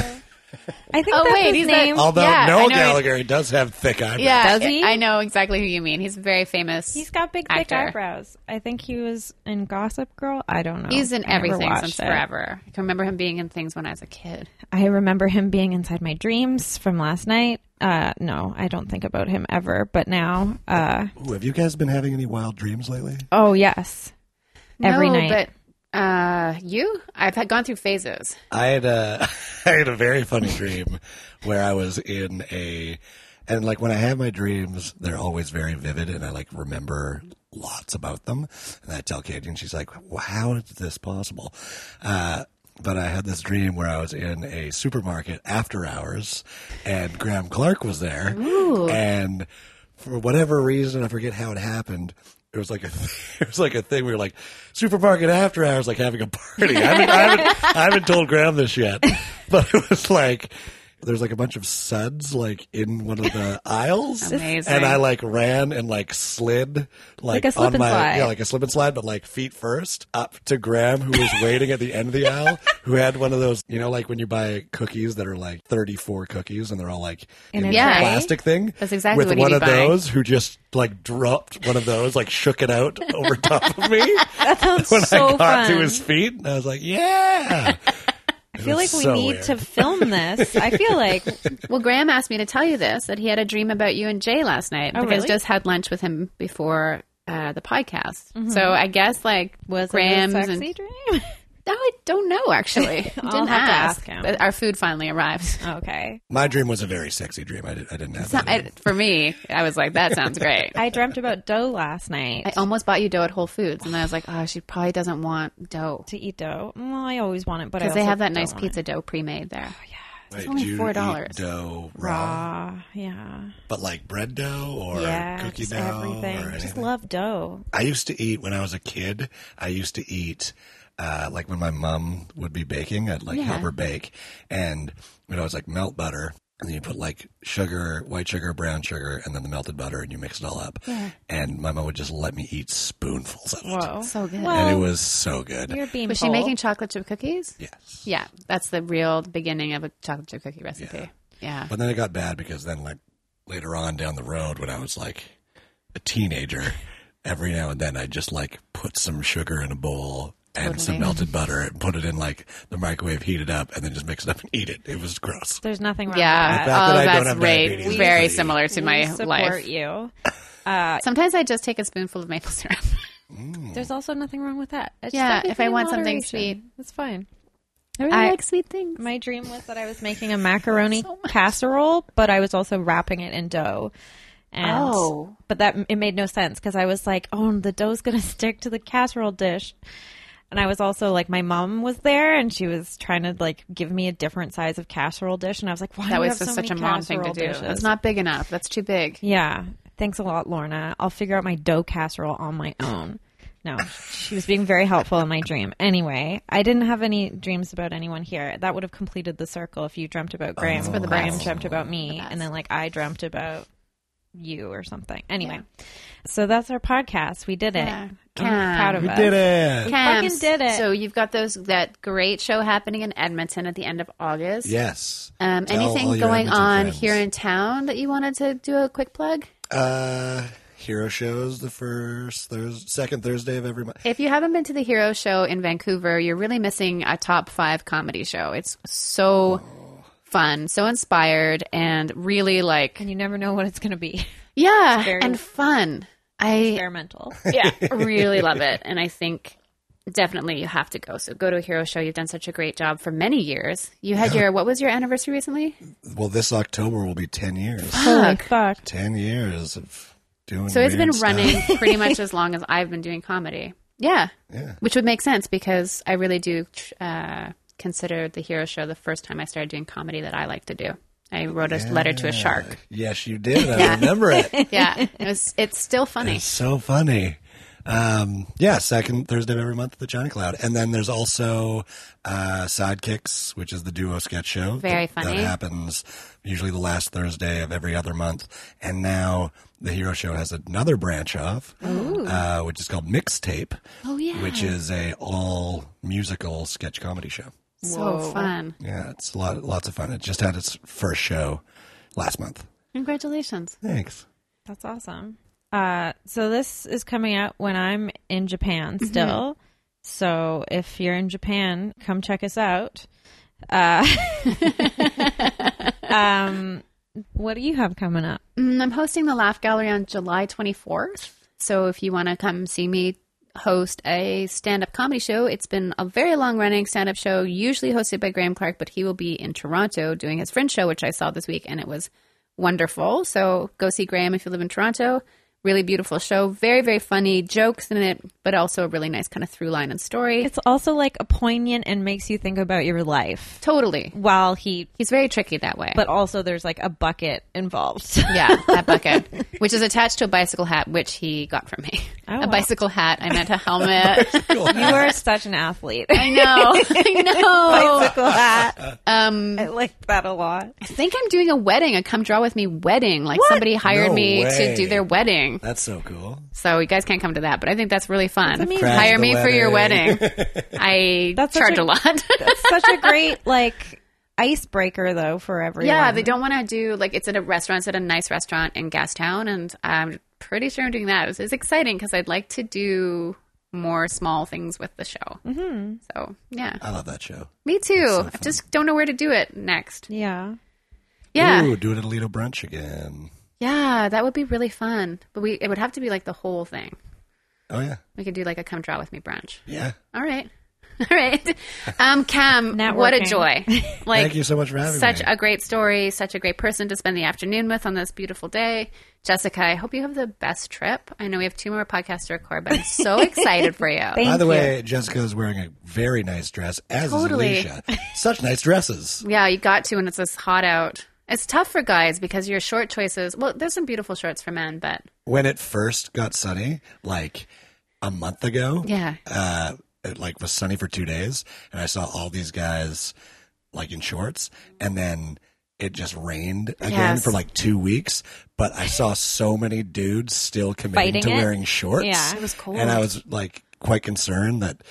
Speaker 2: I think
Speaker 1: Oh,
Speaker 2: that's
Speaker 1: wait,
Speaker 2: his
Speaker 1: he's that-
Speaker 2: name.
Speaker 3: Although
Speaker 1: Yeah, I
Speaker 3: Noel
Speaker 1: know.
Speaker 3: Gallagher he does have thick eyebrows.
Speaker 1: Yeah,
Speaker 2: Does he?
Speaker 1: I know exactly who you mean. He's very famous.
Speaker 2: He's got big, thick
Speaker 1: actor.
Speaker 2: eyebrows. I think he was in Gossip Girl. I don't know.
Speaker 1: He's in
Speaker 2: Oh, I never
Speaker 1: everything
Speaker 2: watched
Speaker 1: since
Speaker 2: it.
Speaker 1: forever. I can remember him being in things when I was a kid.
Speaker 2: I remember him being inside my dreams from last night. Uh, no, I don't think about him ever. But now, uh,
Speaker 3: Ooh, have you guys been having any wild dreams lately?
Speaker 2: oh yes, every
Speaker 1: no,
Speaker 2: night.
Speaker 1: But uh, you, I've had gone through phases.
Speaker 3: I had a *laughs* I had a very funny dream where I was in a and like when I have my dreams, they're always very vivid and I like remember lots about them. And I tell Katie and she's like, "Well, "How is this possible?" Uh but I had this dream where I was in a supermarket after hours and Graham Clark was there. And for whatever reason, I forget how it happened. It was like a, *laughs* it was like a thing. We were like supermarket after hours, like having a party. I haven't, I haven't, I haven't told Graham this yet, *laughs* but it was like there's like a bunch of suds like in one of
Speaker 2: *laughs*
Speaker 3: the aisles,
Speaker 1: Amazing.
Speaker 3: and I like ran and like slid like,
Speaker 2: Like a slip
Speaker 3: on
Speaker 2: and
Speaker 3: my
Speaker 2: slide.
Speaker 3: yeah like a slip and slide, but like feet first up to Graham who was waiting at the end of the aisle, who had one of those you know like when you buy cookies that are like 34 cookies and they're all like
Speaker 2: In
Speaker 3: in,
Speaker 2: a
Speaker 3: the
Speaker 1: tray?
Speaker 3: plastic thing
Speaker 1: That's exactly
Speaker 3: with
Speaker 1: what he'd
Speaker 3: one
Speaker 1: be
Speaker 3: of
Speaker 1: buying.
Speaker 3: those who just like dropped one of those, like shook it out *laughs* over top of
Speaker 2: *laughs*
Speaker 3: me
Speaker 1: *laughs*
Speaker 2: that sounds
Speaker 3: when
Speaker 2: so
Speaker 3: I got
Speaker 2: fun.
Speaker 3: to his feet, and I was like,
Speaker 2: *laughs*
Speaker 3: "Yeah."
Speaker 2: I feel like we need to film this.
Speaker 1: *laughs*
Speaker 2: I feel like
Speaker 1: Well, Graham asked me to tell you this that he had a dream about you and Jay last night
Speaker 2: Oh,
Speaker 1: because
Speaker 2: really?
Speaker 1: just had lunch with him before uh, the podcast. So I guess like
Speaker 2: Mm-hmm. was
Speaker 1: Graham's
Speaker 2: it a sexy
Speaker 1: and
Speaker 2: dream? *laughs*
Speaker 1: no, I don't know actually. I
Speaker 2: I'll
Speaker 1: didn't
Speaker 2: have to
Speaker 1: ask.
Speaker 2: ask him.
Speaker 1: But Our food finally arrived. *laughs*
Speaker 2: okay,
Speaker 3: My dream was a very sexy dream. I, did, I didn't have that.
Speaker 1: I, for me, I was like, that sounds
Speaker 2: *laughs*
Speaker 1: great.
Speaker 2: I dreamt about dough last night.
Speaker 1: I almost bought you dough at Whole Foods, and I was like, oh, she probably doesn't want dough
Speaker 2: to eat dough. Well, I always want it, but I
Speaker 1: because they
Speaker 2: also
Speaker 1: have that
Speaker 2: don't
Speaker 1: nice
Speaker 2: want it.
Speaker 1: pizza dough pre-made there.
Speaker 3: Wait,
Speaker 1: it's only
Speaker 3: do you
Speaker 1: $4.
Speaker 3: eat Dough raw,
Speaker 2: raw. Yeah,
Speaker 3: but like bread dough or
Speaker 2: yeah,
Speaker 3: cookie
Speaker 2: just
Speaker 3: dough
Speaker 2: everything.
Speaker 3: or
Speaker 2: Just
Speaker 3: anything?
Speaker 2: love dough.
Speaker 3: I used to eat when I was a kid. I used to eat uh, like when my mom would be baking, I'd like help her bake, and you know, it's like melt butter, and then you put like sugar, white sugar, brown sugar, and then the melted butter, and you mix it all up. And my mom would just let me eat spoonfuls of it,
Speaker 2: Whoa,
Speaker 1: So good.
Speaker 2: Well,
Speaker 3: and it was so good.
Speaker 2: you're being
Speaker 1: Was she making chocolate chip cookies?
Speaker 3: Yes,
Speaker 1: Yeah, that's the real beginning of a chocolate chip cookie recipe. Yeah.
Speaker 3: but then it got bad because then like later on down the road when I was like a teenager, every now and then I just like put some sugar in a bowl and some
Speaker 1: Totally.
Speaker 3: melted butter and put it in like the microwave, heat it up, and then just mix it up and eat it. It was gross.
Speaker 2: There's nothing wrong.
Speaker 1: Yeah.
Speaker 3: The
Speaker 2: with that.
Speaker 3: fact
Speaker 1: oh,
Speaker 3: that I don't
Speaker 1: that's
Speaker 3: have
Speaker 1: great.
Speaker 3: diabetes is
Speaker 1: Very
Speaker 3: pretty-
Speaker 1: similar to
Speaker 2: We
Speaker 1: my
Speaker 2: support
Speaker 1: life.
Speaker 2: you.
Speaker 1: Sometimes I just take a spoonful of maple syrup.
Speaker 2: There's also nothing wrong with that. It's
Speaker 1: Yeah,
Speaker 2: everything
Speaker 1: if I
Speaker 2: in
Speaker 1: want something sweet.
Speaker 2: that's fine.
Speaker 1: *laughs* I really
Speaker 2: I-
Speaker 1: like sweet things.
Speaker 2: My dream was that I was *laughs* making a macaroni casserole, but I was also wrapping it in dough. And,
Speaker 1: Oh.
Speaker 2: but that it made no sense because I was like, "Oh, the dough's gonna *laughs* stick to the casserole dish," and I was also like, my mom was there and she was trying to like give me a different size of casserole dish, and I was like, "Why
Speaker 1: That
Speaker 2: do you
Speaker 1: was
Speaker 2: have so
Speaker 1: just such a
Speaker 2: many
Speaker 1: mom thing to
Speaker 2: casserole
Speaker 1: do.
Speaker 2: dishes?"
Speaker 1: That's not big enough. That's too big.
Speaker 2: Yeah. Thanks a lot, Lorna. I'll figure out my dough casserole on my own. No, she was being very helpful in my dream. Anyway, I didn't have any dreams about anyone here. That would have completed the circle if you dreamt about Graham.
Speaker 1: Oh, the
Speaker 2: Graham
Speaker 1: best.
Speaker 2: dreamt about me, and then like I dreamt about you or something. Anyway, so that's our podcast. We did it. I'm
Speaker 1: Cam.
Speaker 2: proud of
Speaker 3: We
Speaker 2: us.
Speaker 3: did it.
Speaker 1: Camps.
Speaker 2: fucking did it.
Speaker 1: So you've got those that great show happening in Edmonton at the end of August.
Speaker 3: Yes.
Speaker 1: Um,
Speaker 3: Tell all
Speaker 1: anything
Speaker 3: your
Speaker 1: going
Speaker 3: Edmonton
Speaker 1: on
Speaker 3: friends.
Speaker 1: here in town that you wanted to do a quick plug?
Speaker 3: Uh, Hero shows the first Thursday, second Thursday of every month.
Speaker 1: If you haven't been to the Hero Show in Vancouver, you're really missing a top five comedy show. It's so fun, so inspired, and really like
Speaker 2: And you never know what it's going to be.
Speaker 1: yeah,
Speaker 2: very-
Speaker 1: and fun. I
Speaker 2: Experimental.
Speaker 1: *laughs* yeah really love it, and I think definitely you have to go. So go to a Hero Show. You've done such a great job for many years. You had your what was your anniversary recently?
Speaker 3: Well, this October will be ten years.
Speaker 1: *gasps*
Speaker 2: Holy fuck.
Speaker 3: ten years of doing.
Speaker 1: So it's
Speaker 3: weird
Speaker 1: been
Speaker 3: stuff.
Speaker 1: running pretty *laughs* much as long as I've been doing comedy. Yeah.
Speaker 3: Yeah.
Speaker 1: Which would make sense because I really do tr- uh, consider the Hero Show the first time I started doing comedy that I like to do. I wrote a letter to a shark.
Speaker 3: Yes, you did. I
Speaker 1: *laughs*
Speaker 3: remember it.
Speaker 1: Yeah, it was, it's still funny.
Speaker 3: It's so funny. Um, yeah, second Thursday of every month at the Johnny Cloud, and then there's also uh, Sidekicks, which is the duo sketch show.
Speaker 1: Very
Speaker 3: that-
Speaker 1: funny.
Speaker 3: That happens usually the last Thursday of every other month, and now the Hero Show has another branch off, uh, which is called Mixtape. Oh yeah, which is a all musical sketch comedy show.
Speaker 1: So fun!
Speaker 3: Yeah, it's a lot, lots of fun. It just had its first show last month.
Speaker 1: Congratulations. *laughs*
Speaker 3: Thanks.
Speaker 2: That's awesome. Uh, so this is coming out when I'm in Japan
Speaker 1: Mm-hmm.
Speaker 2: still. So if you're in Japan, come check us out.
Speaker 1: *laughs*
Speaker 2: Uh, um, what do you have coming up?
Speaker 1: Mm, I'm hosting the Laugh Gallery on July 24th. So if you want to come see me host a stand-up comedy show, it's been a very long-running stand-up show, usually hosted by Graham Clark, but he will be in Toronto doing his friend show, which I saw this week, and it was wonderful. So go see Graham if you live in Toronto. Really beautiful show, very very funny jokes in it, but also a really nice kind of through line and story.
Speaker 2: It's also like a poignant and makes you think about your life
Speaker 1: totally.
Speaker 2: while he,
Speaker 1: He's very tricky that way.
Speaker 2: but also there's like a bucket involved. *laughs*
Speaker 1: Yeah, that bucket, which is attached to a bicycle hat, which he got from me.
Speaker 2: Oh,
Speaker 1: a
Speaker 2: wow.
Speaker 1: bicycle hat. I
Speaker 2: *laughs*
Speaker 1: meant a helmet.
Speaker 2: you are such an athlete. *laughs*
Speaker 1: I know. I know.
Speaker 2: Bicycle hat.
Speaker 1: Um,
Speaker 2: I like that a lot.
Speaker 1: I think I'm doing a wedding, a come draw with me wedding. Like somebody hired
Speaker 3: No
Speaker 1: me to
Speaker 3: way.
Speaker 1: do their wedding.
Speaker 3: That's so cool.
Speaker 1: So you guys can't come to that, but I think that's really fun.
Speaker 2: amazing. Crash
Speaker 1: Hire
Speaker 3: the
Speaker 1: me for your
Speaker 3: wedding.
Speaker 1: wedding.
Speaker 3: *laughs*
Speaker 1: I
Speaker 2: That's such
Speaker 1: charge
Speaker 2: a-
Speaker 1: a, lot.
Speaker 2: That's such a great like icebreaker though for everyone.
Speaker 1: yeah, they don't want to do like it's at a restaurant, it's at a nice restaurant in Gastown, and I'm pretty sure I'm doing that. It's, it's exciting because I'd like to do more small things with the show. Mm-hmm. So yeah,
Speaker 3: I love that show.
Speaker 1: me too. I just don't know where to do it next.
Speaker 2: Yeah.
Speaker 1: Yeah,
Speaker 3: Ooh, doing a Lido brunch again.
Speaker 1: yeah, that would be really fun. But we it would have to be like the whole thing.
Speaker 3: Oh yeah,
Speaker 1: We could do like a come draw with me brunch.
Speaker 3: yeah.
Speaker 1: All right. *laughs* All right. Um, Cam, what a
Speaker 2: Networking.
Speaker 1: joy. Like,
Speaker 3: Thank you so much for having
Speaker 1: such
Speaker 3: me.
Speaker 1: a great story, such a great person to spend the afternoon with on this beautiful day. Jessica, I hope you have the best trip. I know we have two more podcasts to record, but I'm so
Speaker 2: *laughs*
Speaker 1: excited for you.
Speaker 3: By
Speaker 2: Thank
Speaker 3: the
Speaker 2: you.
Speaker 3: way, Jessica is wearing a very nice dress, as
Speaker 1: Totally.
Speaker 3: is Alicia. Such nice dresses.
Speaker 1: yeah, you got to when it's this hot out. It's tough for guys because your short choices. Well, there's some beautiful shorts for men, but
Speaker 3: When it first got sunny, like a month ago,
Speaker 1: yeah,
Speaker 3: uh, it like was sunny for two days, and I saw all these guys like in shorts, and then it just rained again
Speaker 1: Yes.
Speaker 3: for like two weeks. But I saw so many dudes still committing
Speaker 2: Fighting
Speaker 3: to
Speaker 2: it?
Speaker 3: wearing shorts.
Speaker 2: Yeah.
Speaker 1: it was cold.
Speaker 3: And I was like quite concerned that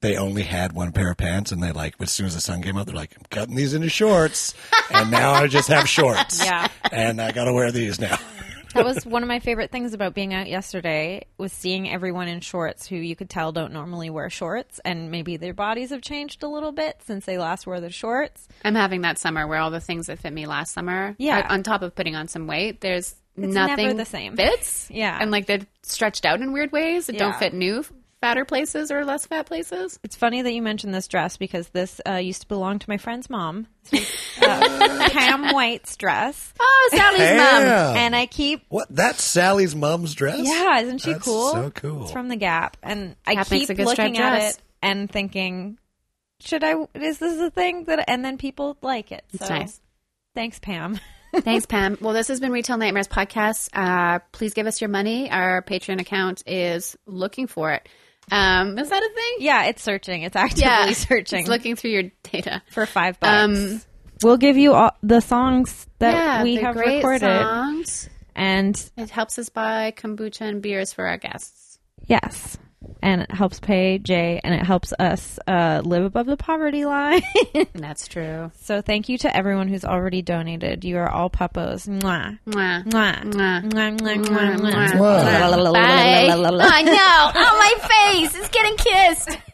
Speaker 3: they only had one pair of pants, and they like as soon as the sun came up, they're like, "I'm cutting these into shorts," and now I just have shorts.
Speaker 2: *laughs* Yeah.
Speaker 3: and I gotta wear these now. *laughs*
Speaker 2: That was one of my favorite things about being out yesterday was seeing everyone in shorts who you could tell don't normally wear shorts and maybe their bodies have changed a little bit since they last wore the shorts.
Speaker 1: I'm having that summer where all the things that fit me last summer,
Speaker 2: Yeah.
Speaker 1: like, on top of putting on some weight, there's
Speaker 2: never
Speaker 1: nothing
Speaker 2: the same.
Speaker 1: fits.
Speaker 2: *laughs* Yeah.
Speaker 1: and like they're stretched out in weird ways that don't
Speaker 2: Yeah.
Speaker 1: fit new fatter places or less fat places.
Speaker 2: It's funny that you mentioned this dress because this uh, used to belong to my friend's mom.
Speaker 1: *laughs*
Speaker 2: Uh, Cam White's dress.
Speaker 1: Oh, Sally's mom.
Speaker 3: Damn.
Speaker 2: And I keep
Speaker 3: what? That's Sally's mom's dress.
Speaker 2: Yeah, isn't she
Speaker 3: That's
Speaker 2: cool?
Speaker 3: So cool.
Speaker 2: It's from the Gap, and I
Speaker 1: Gap makes
Speaker 2: keep
Speaker 1: a good striped
Speaker 2: looking at
Speaker 1: dress.
Speaker 2: it and thinking, should I? Is this a thing that? And then people like it. So.
Speaker 1: It's nice.
Speaker 2: Thanks, Pam. *laughs*
Speaker 1: Thanks, Pam. Well, this has been Retail Nightmares podcast. Uh, please give us your money. Our Patreon account is looking for it. Um, is that a thing?
Speaker 2: Yeah, it's searching. It's actively searching
Speaker 1: It's looking through your data.
Speaker 2: for five bucks.
Speaker 1: Um,
Speaker 2: we'll give you all the songs that
Speaker 1: yeah,
Speaker 2: we
Speaker 1: they're
Speaker 2: have
Speaker 1: great
Speaker 2: recorded,
Speaker 1: songs.
Speaker 2: and
Speaker 1: It helps us buy kombucha and beers for our
Speaker 2: *laughs*
Speaker 1: guests.
Speaker 2: yes, and it helps pay Jay, and it helps us uh, live above the poverty line. *laughs*
Speaker 1: That's true.
Speaker 2: so thank you to everyone who's already donated. You are all puppos. Mwah.
Speaker 1: Mwah.
Speaker 2: Mwah.
Speaker 1: Mwah.
Speaker 2: Mwah, mwah, mwah, mwah.
Speaker 1: Mwah.
Speaker 2: La, la, la, la, la,
Speaker 1: Bye.
Speaker 2: la, la, la, la.
Speaker 1: I know. Oh, my face. It's getting kissed.